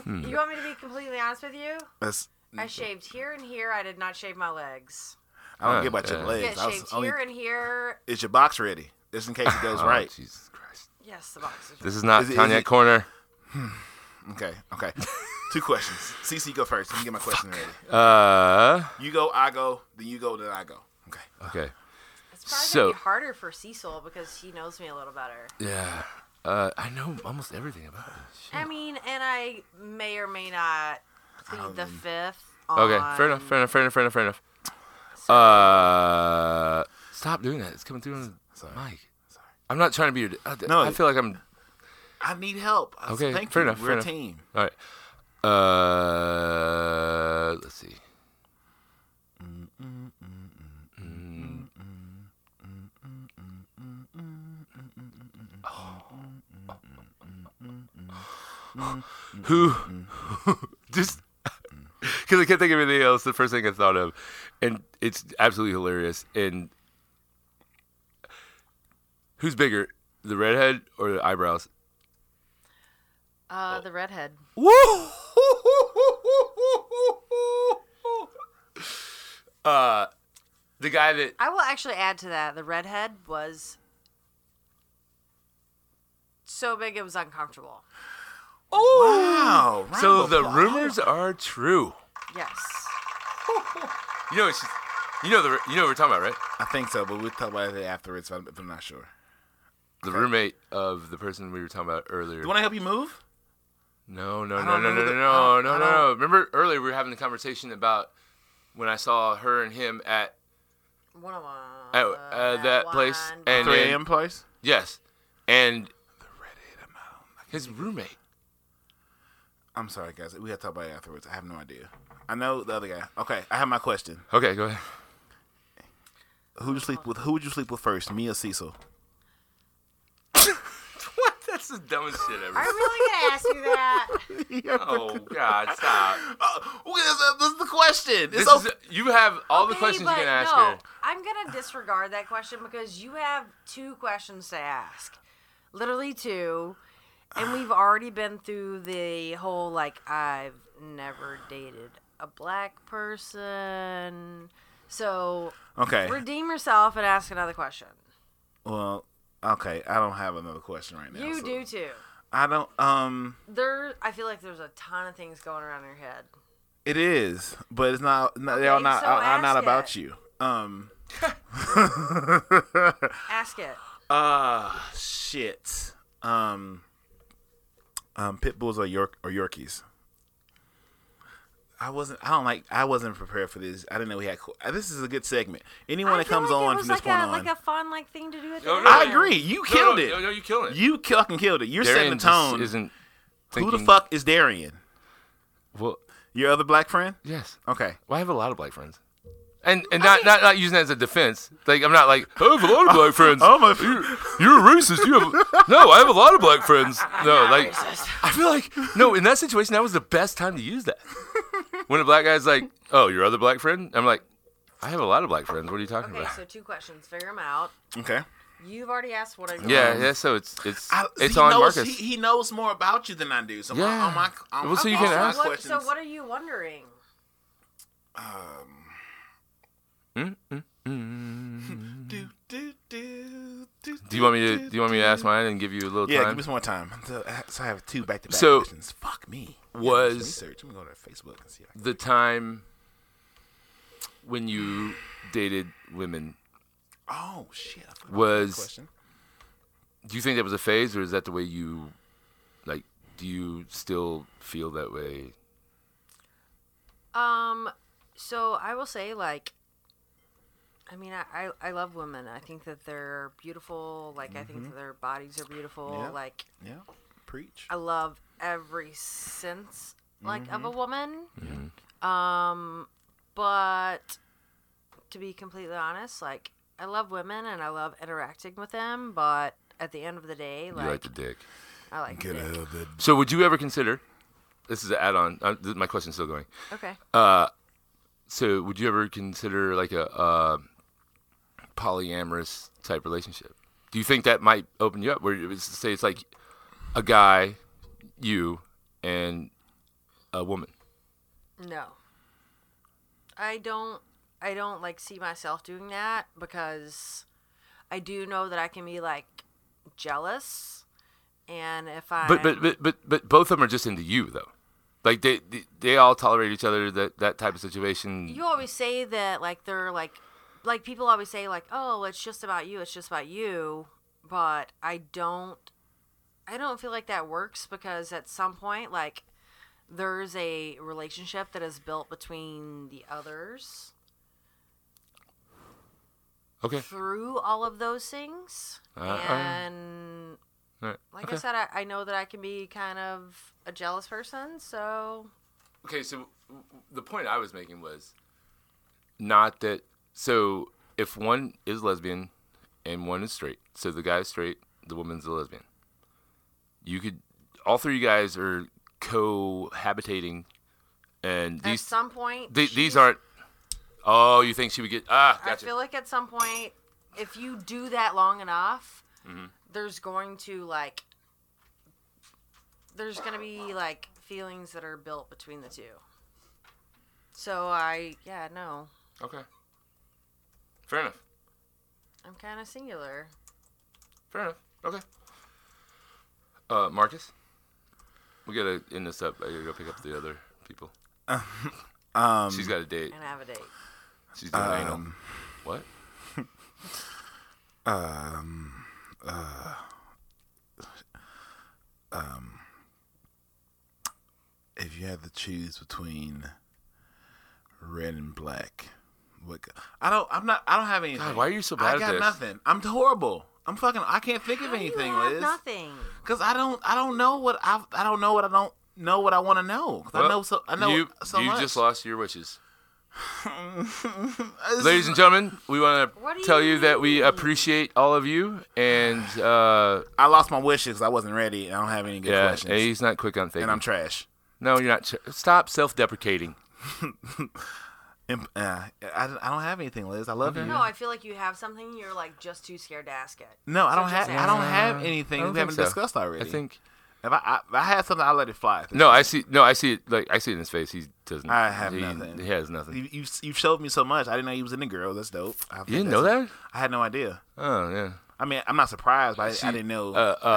B: Mm.
D: You want me to be completely honest with you?
C: That's,
D: I shaved here and here. I did not shave my legs.
C: I don't get about your
B: Yeah.
D: Yeah,
C: legs. I was
D: shaved
C: only-
D: here and here.
C: is your box ready? Just in case it goes
B: Oh,
C: right.
B: Jesus Christ.
D: Yes, the boxes.
B: This is not
C: Is it- is
B: Cognac
C: it-
B: Corner.
C: Okay, okay. Two questions. CC, go first. Let me get my question ready.
B: Uh.
C: You go, I go, then you go, then I go. Okay.
B: Okay.
D: It's probably
B: so-
D: gonna be harder for Cecil because he knows me a little better.
B: Yeah. Uh, I know almost everything about this.
D: I mean, and I may or may not plead the fifth.
B: Um, Okay, fair enough,
D: on-
B: fair enough, fair enough, fair enough, fair enough. Uh, stop doing that. It's coming through on the
C: Sorry.
B: mic. I'm not trying to be your. I,
C: No,
B: I feel like I'm.
C: I need help. I-
B: Okay,
C: thank
B: fair
C: you.
B: enough,
C: We're
B: fair
C: a
B: enough.
C: team.
B: All right. Uh, let's see. Who? Just because I can't think of anything else. The first thing I thought of, and it's absolutely hilarious. And who's bigger, the redhead or the eyebrows?
D: Uh, the redhead.
B: Woo! uh, the guy that
D: I will actually add to that. The redhead was so big it was uncomfortable.
C: Wow. round
B: so
C: of
B: the
C: applause.
B: rumors are true.
D: Yes.
B: You know, it's just, you know the you know what we're talking about, right?
C: I think so, but we'll talk about it afterwards if I'm, if I'm not sure.
B: The roommate of the person we were talking about earlier.
C: Do you want to help you move?
B: No, no,
C: I
B: no,
C: don't
B: no,
C: know
B: no,
C: the-
B: no, no,
C: I don't-
B: no,
C: I
B: no.
C: don't-
B: Remember earlier we were having the conversation about when I saw her and him at
D: One on one.
B: at uh, that place,
D: one.
B: and
C: 3
B: then-
C: a.m. place?
B: yes, and his roommate.
C: I'm sorry, guys. We have to talk about it afterwards. I have no idea. I know the other guy. Okay, I have my question.
B: Okay, go ahead.
C: Who you sleep with? Who would you sleep with first, me or Cecil?
B: What? That's the dumbest shit ever.
D: Are you really gonna ask me that?
B: Oh God, stop!
C: this is the question.
B: This is you have all the questions you
D: but
B: can ask
D: no,
B: her.
D: I'm gonna disregard that question because you have two questions to ask, literally two, and we've already been through the whole like I've never dated a black person, so
C: okay.
D: redeem yourself and ask another question.
C: Well, okay. I don't have another question right now.
D: You
C: so-
D: do too.
C: I don't. Um,
D: There, I feel like there's a ton of things going around in your head.
C: it is, but it's not. no, they're
D: Okay,
C: not.
D: so
C: are- are not
D: ask
C: about
D: it.
C: you. Um.
D: Ask it.
C: Ah, shit. Um. Um, pit bulls or York or Yorkies. I wasn't. I don't like. I wasn't prepared for this. I didn't know we had. co- uh, This is a good segment. Anyone
D: I
C: that
D: feel
C: comes
D: like it
C: on
D: was
C: from
D: like
C: this point
D: a
C: on,
D: like a fun like thing to do at the
B: No, no,
D: end.
B: no,
C: I agree. You killed
B: no,
C: it.
B: No, no, you're killing it.
C: You fucking killed it. You're
B: Darian
C: setting the
B: just
C: tone.
B: isn't.
C: Who
B: Thinking,
C: the fuck is Darian?
B: Well,
C: Your other black friend?
B: yes.
C: Okay.
B: Well, I have a lot of black friends, and and not, not not using that as a defense. Like I'm not like I have a lot of black friends.
C: Oh my!
B: You're a racist. You have no. I have a lot of black friends. No, like
D: racist.
B: I feel like no. In that situation, that was the best time to use that. When a black guy's like, "Oh, your other black friend," I'm like, "I have a lot of black friends. What are you talking
D: Okay,
B: about?"
D: so two questions. Figure them out.
C: Okay.
D: You've already asked what I.
B: Yeah, yeah. So it's it's
C: I,
B: it's
C: he
B: on
C: knows,
B: Marcus.
C: He, he knows more about you than I do. So
B: Yeah.
C: yeah. on my, on,
B: Well, so you
C: on
B: can
C: my
B: ask.
D: What,
C: questions.
D: so what are you wondering?
C: Do, do, do, do,
B: do you want me to do you want me to ask mine and give you a little
C: Yeah,
B: time?
C: give me some more time. So, uh, so I have two back to back
B: So,
C: questions. Fuck me. I gotta do
B: was-
C: some research? Let me go to Facebook and see. If I
B: the time when you dated women.
C: can. Oh shit! I forgot about
B: Was-
C: that question.
B: Do you think that was a phase, or is that the way you like? Do you still feel that way?
D: Um, so I will say like I mean, I, I, I love women. I think that they're beautiful. Like, I think that their bodies are beautiful.
C: Mm-hmm. Yeah.
D: Like,
C: Yeah, preach.
D: I love every sense like of a
B: Mm-hmm.
D: woman. Um, but to be completely honest, like I love women and I love interacting with them, but at the end of the day,
B: You like
D: like
B: the dick.
D: I like
C: Get
D: dick.
C: out of the
B: So would you ever consider? This is an add-on. Uh, th- my question's still going.
D: Okay.
B: Uh, So would you ever consider like a uh, polyamorous type relationship? Do you think that might open you up? Where it was, say it's like a guy, you, and a woman.
D: No. I don't I don't like see myself doing that because I do know that I can be like jealous and if I
B: But but but but but both of them are just into you though. Like they they, they all tolerate each other that that type of situation.
D: you always say that like they're like like people always say like oh it's just about you it's just about you but i don't i don't feel like that works because at some point like there's a relationship that is built between the others
B: okay.
D: through all of those things
B: Uh, I-
D: and
B: All right.
D: like
B: okay.
D: i said I, I know that i can be kind of a jealous person so
B: okay so w- the point i was making was not that so if one is lesbian and one is straight so the guy is straight the woman's a lesbian you could all three guys are cohabitating and
D: at
B: these
D: some point
B: th-
D: she's-
B: these aren't oh you think she would get ah gotcha
D: I feel like at some point, if you do that long enough,
C: Mm-hmm.
D: there's going to like there's gonna be like feelings that are built between the two. So I yeah no,
B: okay fair enough
D: I'm kind of singular.
B: fair enough okay uh marcus we gotta end this up i gotta go pick up the other people um, she's got a date
D: and have a date.
B: She's doing anal.
C: um,
B: What?
C: if you had to choose between red and black, what? co- I don't. I'm not. I don't have anything.
B: why are you so bad
C: I
B: at
C: got
B: this?
C: nothing. I'm horrible. I'm fucking. I can't think of
D: How do you
C: anything,
D: have
C: Liz.
D: nothing.
C: Cause I don't. I don't know what I. I don't know what I don't know what I want to know. 'Cause I know so. I know
B: you,
C: so
B: you
C: much.
B: just lost your wishes.
C: This
B: Ladies
C: is-
B: and gentlemen, we want
D: What do
B: to tell you
D: you
B: that we appreciate all of you, and uh,
C: I lost my wishes. I wasn't ready. and I don't have any good
B: yeah,
C: questions.
B: he's not quick on
C: and
B: thinking.
C: I'm trash.
B: no, you're not. Stop self-deprecating.
C: Imp- uh, I, I don't have anything, Liz. I love you.
D: No, I feel like you have something. You're like just too scared to ask it.
C: No, I don't
D: just
C: have. I don't
D: ask.
C: have anything
B: I don't
C: we haven't
B: think so.
C: discussed already.
B: I think
C: if I, I, if I had something, I let it fly.
B: no, I see. No, I see it. Like I see it in his face. He doesn't.
C: I have
B: he,
C: nothing.
B: He has nothing.
C: You, you you showed me so much. I didn't know you was in the girl. That's dope. I think
B: didn't
C: that's-
B: know that?
C: I had no idea.
B: oh yeah.
C: I mean, I'm not surprised, but I, I didn't know.
B: Uh, uh,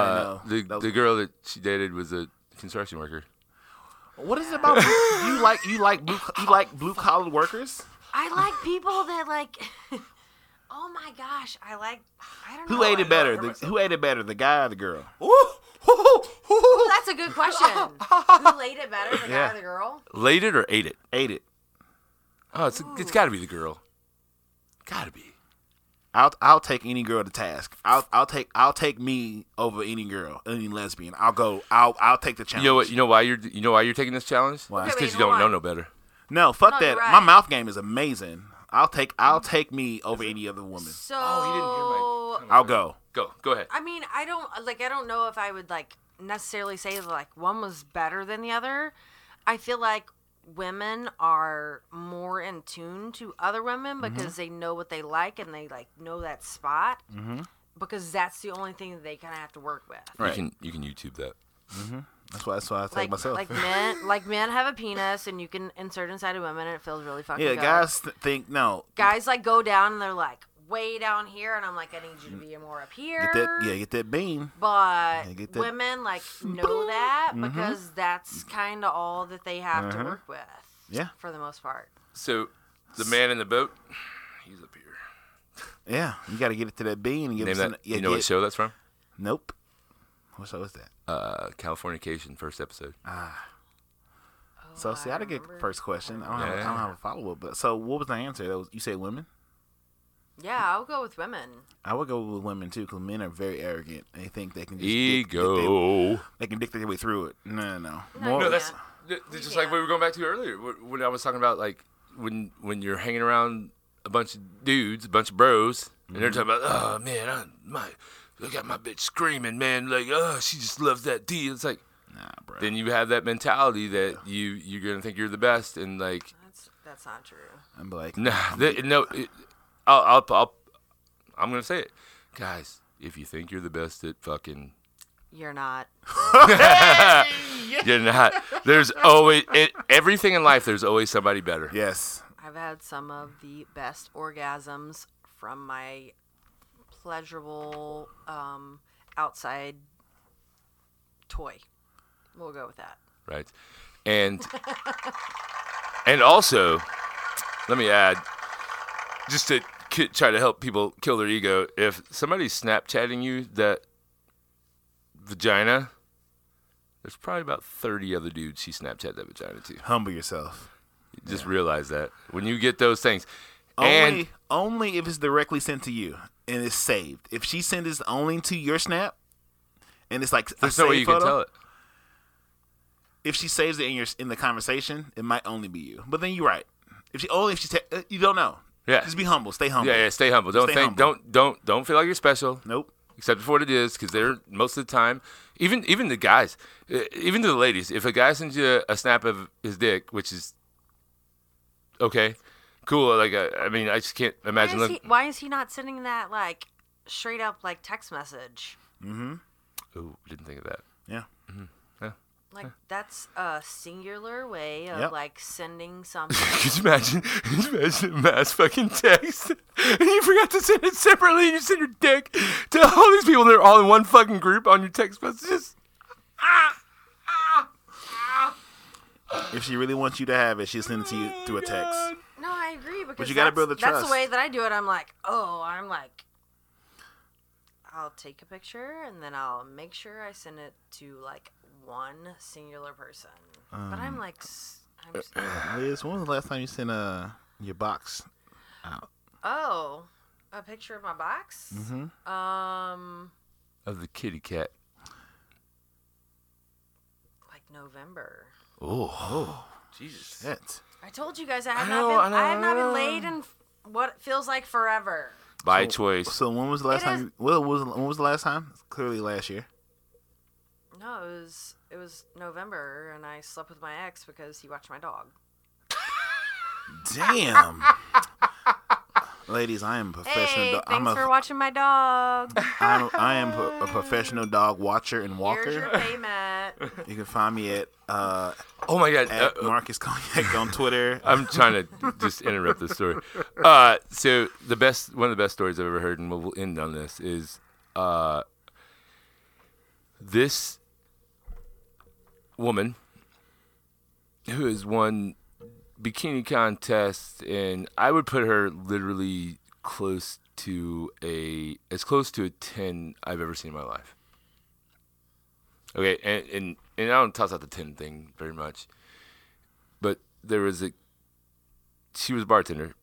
C: I didn't know.
B: The
C: That
B: the girl that she dated was a construction worker.
C: was- what is it about you like you like blue, you like blue collar workers
D: I like people that like. oh my gosh, I like. I don't know.
C: who ate it
D: Oh, I-
C: better? The, who ate it better, the guy or the girl?
D: Ooh, that's a good question. who laid it better, the guy
C: Yeah.
D: or the girl?
B: Laid it or ate it?
C: Ate it.
B: Oh, it's it's got to be the girl. Got to be.
C: I'll I'll take any girl to task. I'll I'll take I'll take me over any girl, any lesbian. I'll go. I'll I'll take the challenge.
B: You know what? You know why you're you know why you're taking this challenge?
C: Why?
B: It's
D: Okay,
B: because
D: wait,
B: you don't
D: hold
B: know
D: on.
B: no better.
C: No, fuck
D: No,
C: that.
D: you're right. Mm-hmm.
C: My mouth game is amazing. I'll take I'll take me over any other woman.
D: So
C: I'll go.
B: Go, go ahead.
D: I mean, I don't like. I don't know if I would like necessarily say that like one was better than the other. I feel like women are more in tune to other women
C: Mm-hmm.
D: because they know what they like and they like know that spot
C: Mm-hmm.
D: because that's the only thing that they kind of have to work with.
B: You
C: Right.
B: can you can YouTube that.
C: That's why that's why I take
D: Like,
C: myself.
D: like men, like men have a penis, and you can insert inside a woman, and it feels really fucking.
C: yeah,
D: good.
C: guys th- think no.
D: Guys like go down, and they're like way down here, and I'm like, I need you to be more up here.
C: Get that yeah, get that bean.
D: but
C: I get that. Mm-hmm.
D: women like know that because that's kind of all that they have to work with
C: Uh-huh. Yeah.
D: for the most part
B: So, the man in the boat, he's up here.
C: Yeah, you got to get it to that bean and give
B: Name
C: it. some-
B: that.
C: yeah,
B: you know what
C: get-
B: show that's from?
C: Nope. What show is that?
B: Uh, Californication, first episode.
C: so see, I didn't get the
D: remember.
C: first question. I don't, have, I
B: Yeah.
C: don't have a follow up. But so, what was the answer? That was, you say women.
D: Yeah, I'll go with women.
C: I would go with women too, because men are very arrogant. They think they can just dick- they,
B: Ego.
C: they can dick their way through it. No, no, no.
D: you
B: No,
D: can't.
B: that's th- th- just like we were going back to earlier wh- when I was talking about like when when you're hanging around a bunch of dudes, a bunch of bros, and they're talking about, oh man, I my look at my bitch screaming, man, like oh she just loves that D. It's like
C: nah, bro.
B: then you have that mentality that you you're gonna think you're the best and like
D: That's that's not true.
C: I'm like,
B: Nah, th- no. It, I'll, I'll, I'll, I'm gonna say it, guys. If you think you're the best at fucking,
D: You're not.
B: you're not. There's always it, everything in life. There's always somebody better.
C: yes,
D: I've had some of the best orgasms from my pleasurable um, outside toy. We'll go with that.
B: Right. And and also, let me add, just to ki- try to help people kill their ego. If somebody's Snapchatting you that vagina, there's probably about 30 other dudes she Snapchat that vagina to.
C: humble yourself.
B: Just realize that when you get those things, and
C: Only, only if it's directly sent to you and it's saved. If she sends this only to your snap, and it's like
B: there's no way you can tell it.
C: If she saves it in your in the conversation, it might only be you. But then you're right. If she only if she ta- uh, you don't know.
B: Yeah.
C: just be humble. Stay humble.
B: Yeah, yeah. Stay humble. Don't
C: Stay
B: think.
C: humble.
B: Don't don't don't feel like you're special.
C: Nope.
B: Except for what it is, because they're most of the time. Even even the guys, uh, even to the ladies. If a guy sends you a snap of his dick, which is okay, cool. Like uh, I mean, I just can't
D: Why
B: imagine.
D: is, he,
B: looking-
D: why is he not sending that like straight up like text message?
B: Ooh, didn't think of that.
C: Yeah.
D: Like that's a singular way of
C: Yep.
D: like sending something.
B: Could you imagine? Could you imagine a mass fucking text? And you forgot to send it separately and you send your dick to all these people that are all in one fucking group on your text messages.
C: If she really wants you to have it, she'll send it to you through a text.
D: no, I agree because
C: you gotta
D: that's-
C: build the
D: That's
C: trust.
D: the way that I do it. I'm like, oh, I'm like, I'll take a picture and then I'll make sure I send it to like one singular person. but I'm like, s- I'm s-
C: Liz, when was the last time you sent uh your box?
D: oh, a picture of my box. Um,
B: Of the kitty cat.
D: like November.
C: Oh,
B: Jesus.
C: shit.
D: I told you guys I have
B: I
D: not
B: know, I
D: been.
B: know,
D: I, have not
B: I
D: been laid in f- what feels like forever.
B: By choice.
C: So when was the last
D: It
C: time?
D: is-
C: You, well, was when was the last time? Clearly last year.
D: No, it was it was November, and I slept with my ex because he watched my dog.
C: Damn. Ladies, I am a professional.
D: Hey,
C: dog.
D: thanks
C: I'm a,
D: for watching my dog.
C: I'm, I am a professional dog watcher and
D: Here's your
C: walker.
D: payment.
C: You can find me at uh,
B: Oh my god.
C: at
B: Uh,
C: Marcus Cognac on Twitter.
B: I'm trying to just interrupt this story. Uh, so the best, one of the best stories I've ever heard, and we'll end on this is uh, this woman who has won bikini contests, and I would put her literally close to a as close to a ten I've ever seen in my life. Okay, and and, and I don't toss out the ten thing very much, but there was a she was a bartender,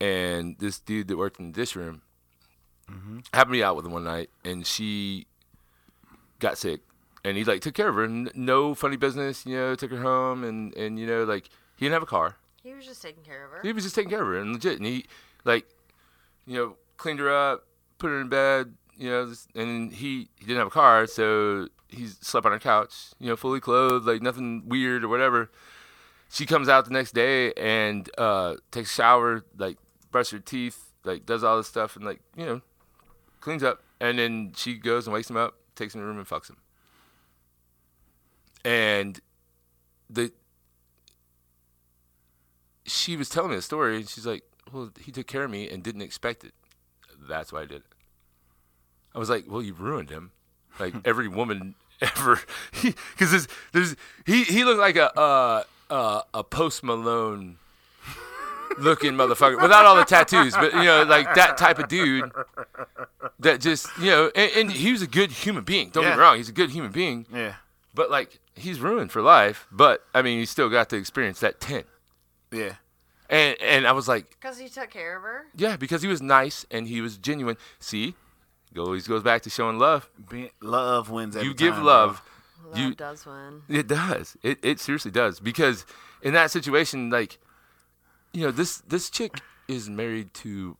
B: and this dude that worked in the dish room happened to be out with her one night, and she got sick, and he like took care of her, N- no funny business, you know, took her home, and and you know like he didn't have a car,
D: He was just taking care of her.
B: he was just taking care of her and legit, and he like you know cleaned her up, put her in bed, you know, just- and he he didn't have a car, so he slept on her couch, you know, fully clothed, like nothing weird or whatever she comes out the next day and uh, takes a shower, like brushes her teeth, like does all this stuff, and like you know, cleans up. And then she goes and wakes him up, takes him to the room and fucks him. And the she was telling me the story, and she's like, "Well, he took care of me and didn't expect it. That's why I did it." I was like, "Well, you ruined him." Like every woman ever, because there's, there's he he looked like a uh, uh, a post Malone looking motherfucker without all the tattoos, but you know, like that type of dude that just you know, and, and he was a good human being. Don't get me
C: Yeah.
B: wrong, he's a good human being,
C: yeah,
B: but like he's ruined for life. But I mean, he still got to experience that tent.
C: yeah.
B: and and I was like,
D: Because he took care of her.
B: yeah, because he was nice and he was genuine. See, goes goes back to showing love.
C: Be- love wins. Every
B: you give
C: time,
B: love,
D: Love
B: you
D: does win.
B: It does. It it seriously does because in that situation, like, you know this this chick is married to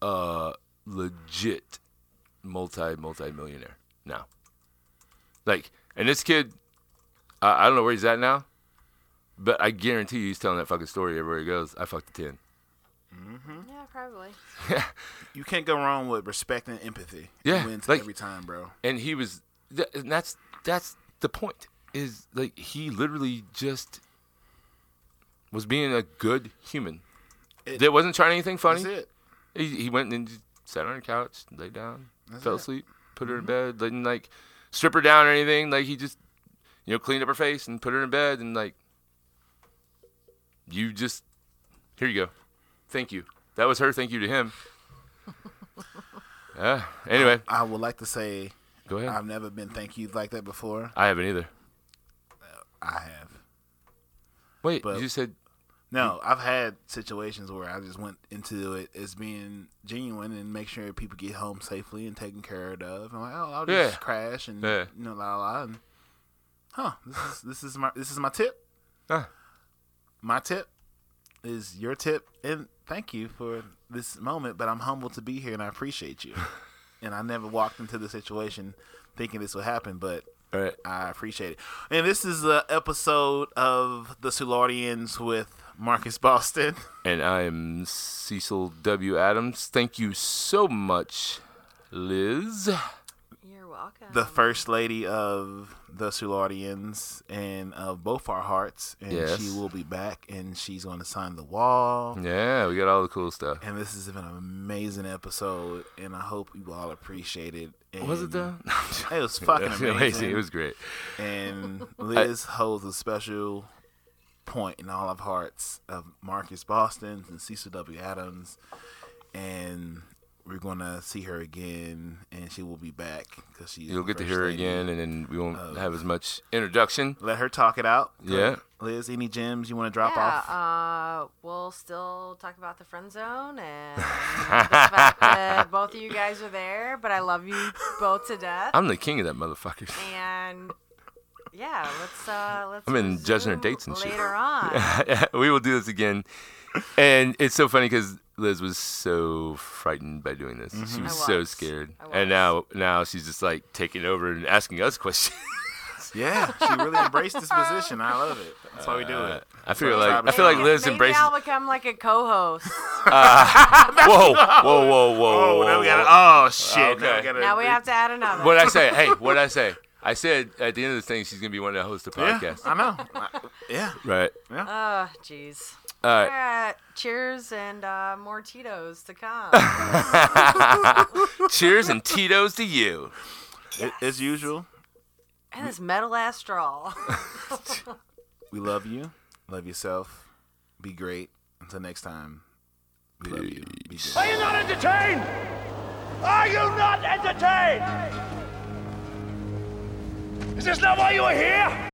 B: a legit multi multi millionaire now. Like, and this kid, I, I don't know where he's at now, but I guarantee you he's telling that fucking story everywhere he goes. I fucked a ten.
D: Yeah, probably.
C: bro. You can't go wrong with respect and empathy.
B: Yeah,
C: it wins
B: like-
C: every time, bro.
B: and he was th- and that's that's the point is like he literally just was being a good human
C: It-
B: that wasn't trying anything funny
C: That's it.
B: He, he went and just sat on her couch laid down fell
C: it. Mm-hmm.
B: asleep put her in bed didn't like strip her down or anything like he just you know cleaned up her face and put her in bed and like you just here you go thank you that was her thank you to him yeah anyway
C: I would like to say
B: go ahead
C: I've never been thank you like that before.
B: i haven't either
C: I have.
B: Wait,
C: But-
B: you said
C: No, I've had situations where I just went into it as being genuine and make sure people get home safely and taken care of. I'm like, oh, I'll just
B: Yeah.
C: crash and
B: Yeah.
C: you know, la la la. And, huh? This is this is my this is my tip.
B: Ah.
C: My tip is your tip, and thank you for this moment. But I'm humbled to be here, and I appreciate you. and I never walked into the situation thinking this would happen, but
B: all right.
C: I appreciate it. And this is the episode of the Sulardians with Marcus Boston.
B: And I am Cecil W. Adams. Thank you so much, Liz.
D: You're welcome.
C: the first lady of the Sulardians and of both our hearts. And
B: Yes.
C: she will be back and she's going to sign the wall.
B: Yeah, we got all the cool stuff.
C: And this has been an amazing episode. And I hope you all appreciate it. And
B: Was it though?
C: It was fucking amazing.
B: It was great.
C: and Liz holds a special point in all of hearts of Marcus Boston and Cecil W. Adams, and we're gonna see her again, and she will be back because she.
B: You'll get to hear her again, and then we won't have as much introduction.
C: Let her talk it out. Go
B: Yeah.
C: ahead. Liz, any gems you want to drop
D: yeah,
C: off?
D: uh, we'll still talk about the friend zone and the fact that both of you guys are there, but I love you both to death.
B: I'm the king of that motherfucker.
D: and yeah, let's uh, let's.
B: I'm in judging her
D: resume
B: dates and shit.
D: later on.
B: we will do this again. And it's so funny because Liz was so frightened by doing this. She Mm-hmm. was,
D: I
B: so
D: was.
B: scared.
D: I
B: And
D: was.
B: now, now she's just like taking over and asking us questions.
C: yeah, she really embraced this position. I love it. That's why we do it.
B: I feel
C: Sorry,
B: like I
C: Bobby.
B: feel like
D: Maybe-
B: Liz
D: maybe
B: embraces.
D: I'll become like a co-host.
B: whoa, whoa, whoa, whoa, whoa,
C: Oh, now we
B: whoa.
C: gotta, oh shit! Now
B: Okay.
C: we gotta,
D: now we have to add another.
B: What'd I say? Hey, what'd I say? I said at the end of the thing, she's gonna be one that hosts the
C: Yeah,
B: podcast.
C: I know. I- Yeah.
B: Right.
D: Oh, jeez.
B: All
D: All
B: right.
D: right, cheers and uh, more Tito's to come.
B: Cheers and Tito's to you.
C: A- As usual,
D: and this metal ass straw.
C: We love you. Love yourself. Be great. Until next time. We love you. Be good.
E: Are you not entertained? Are you not entertained? Is this not why you are here?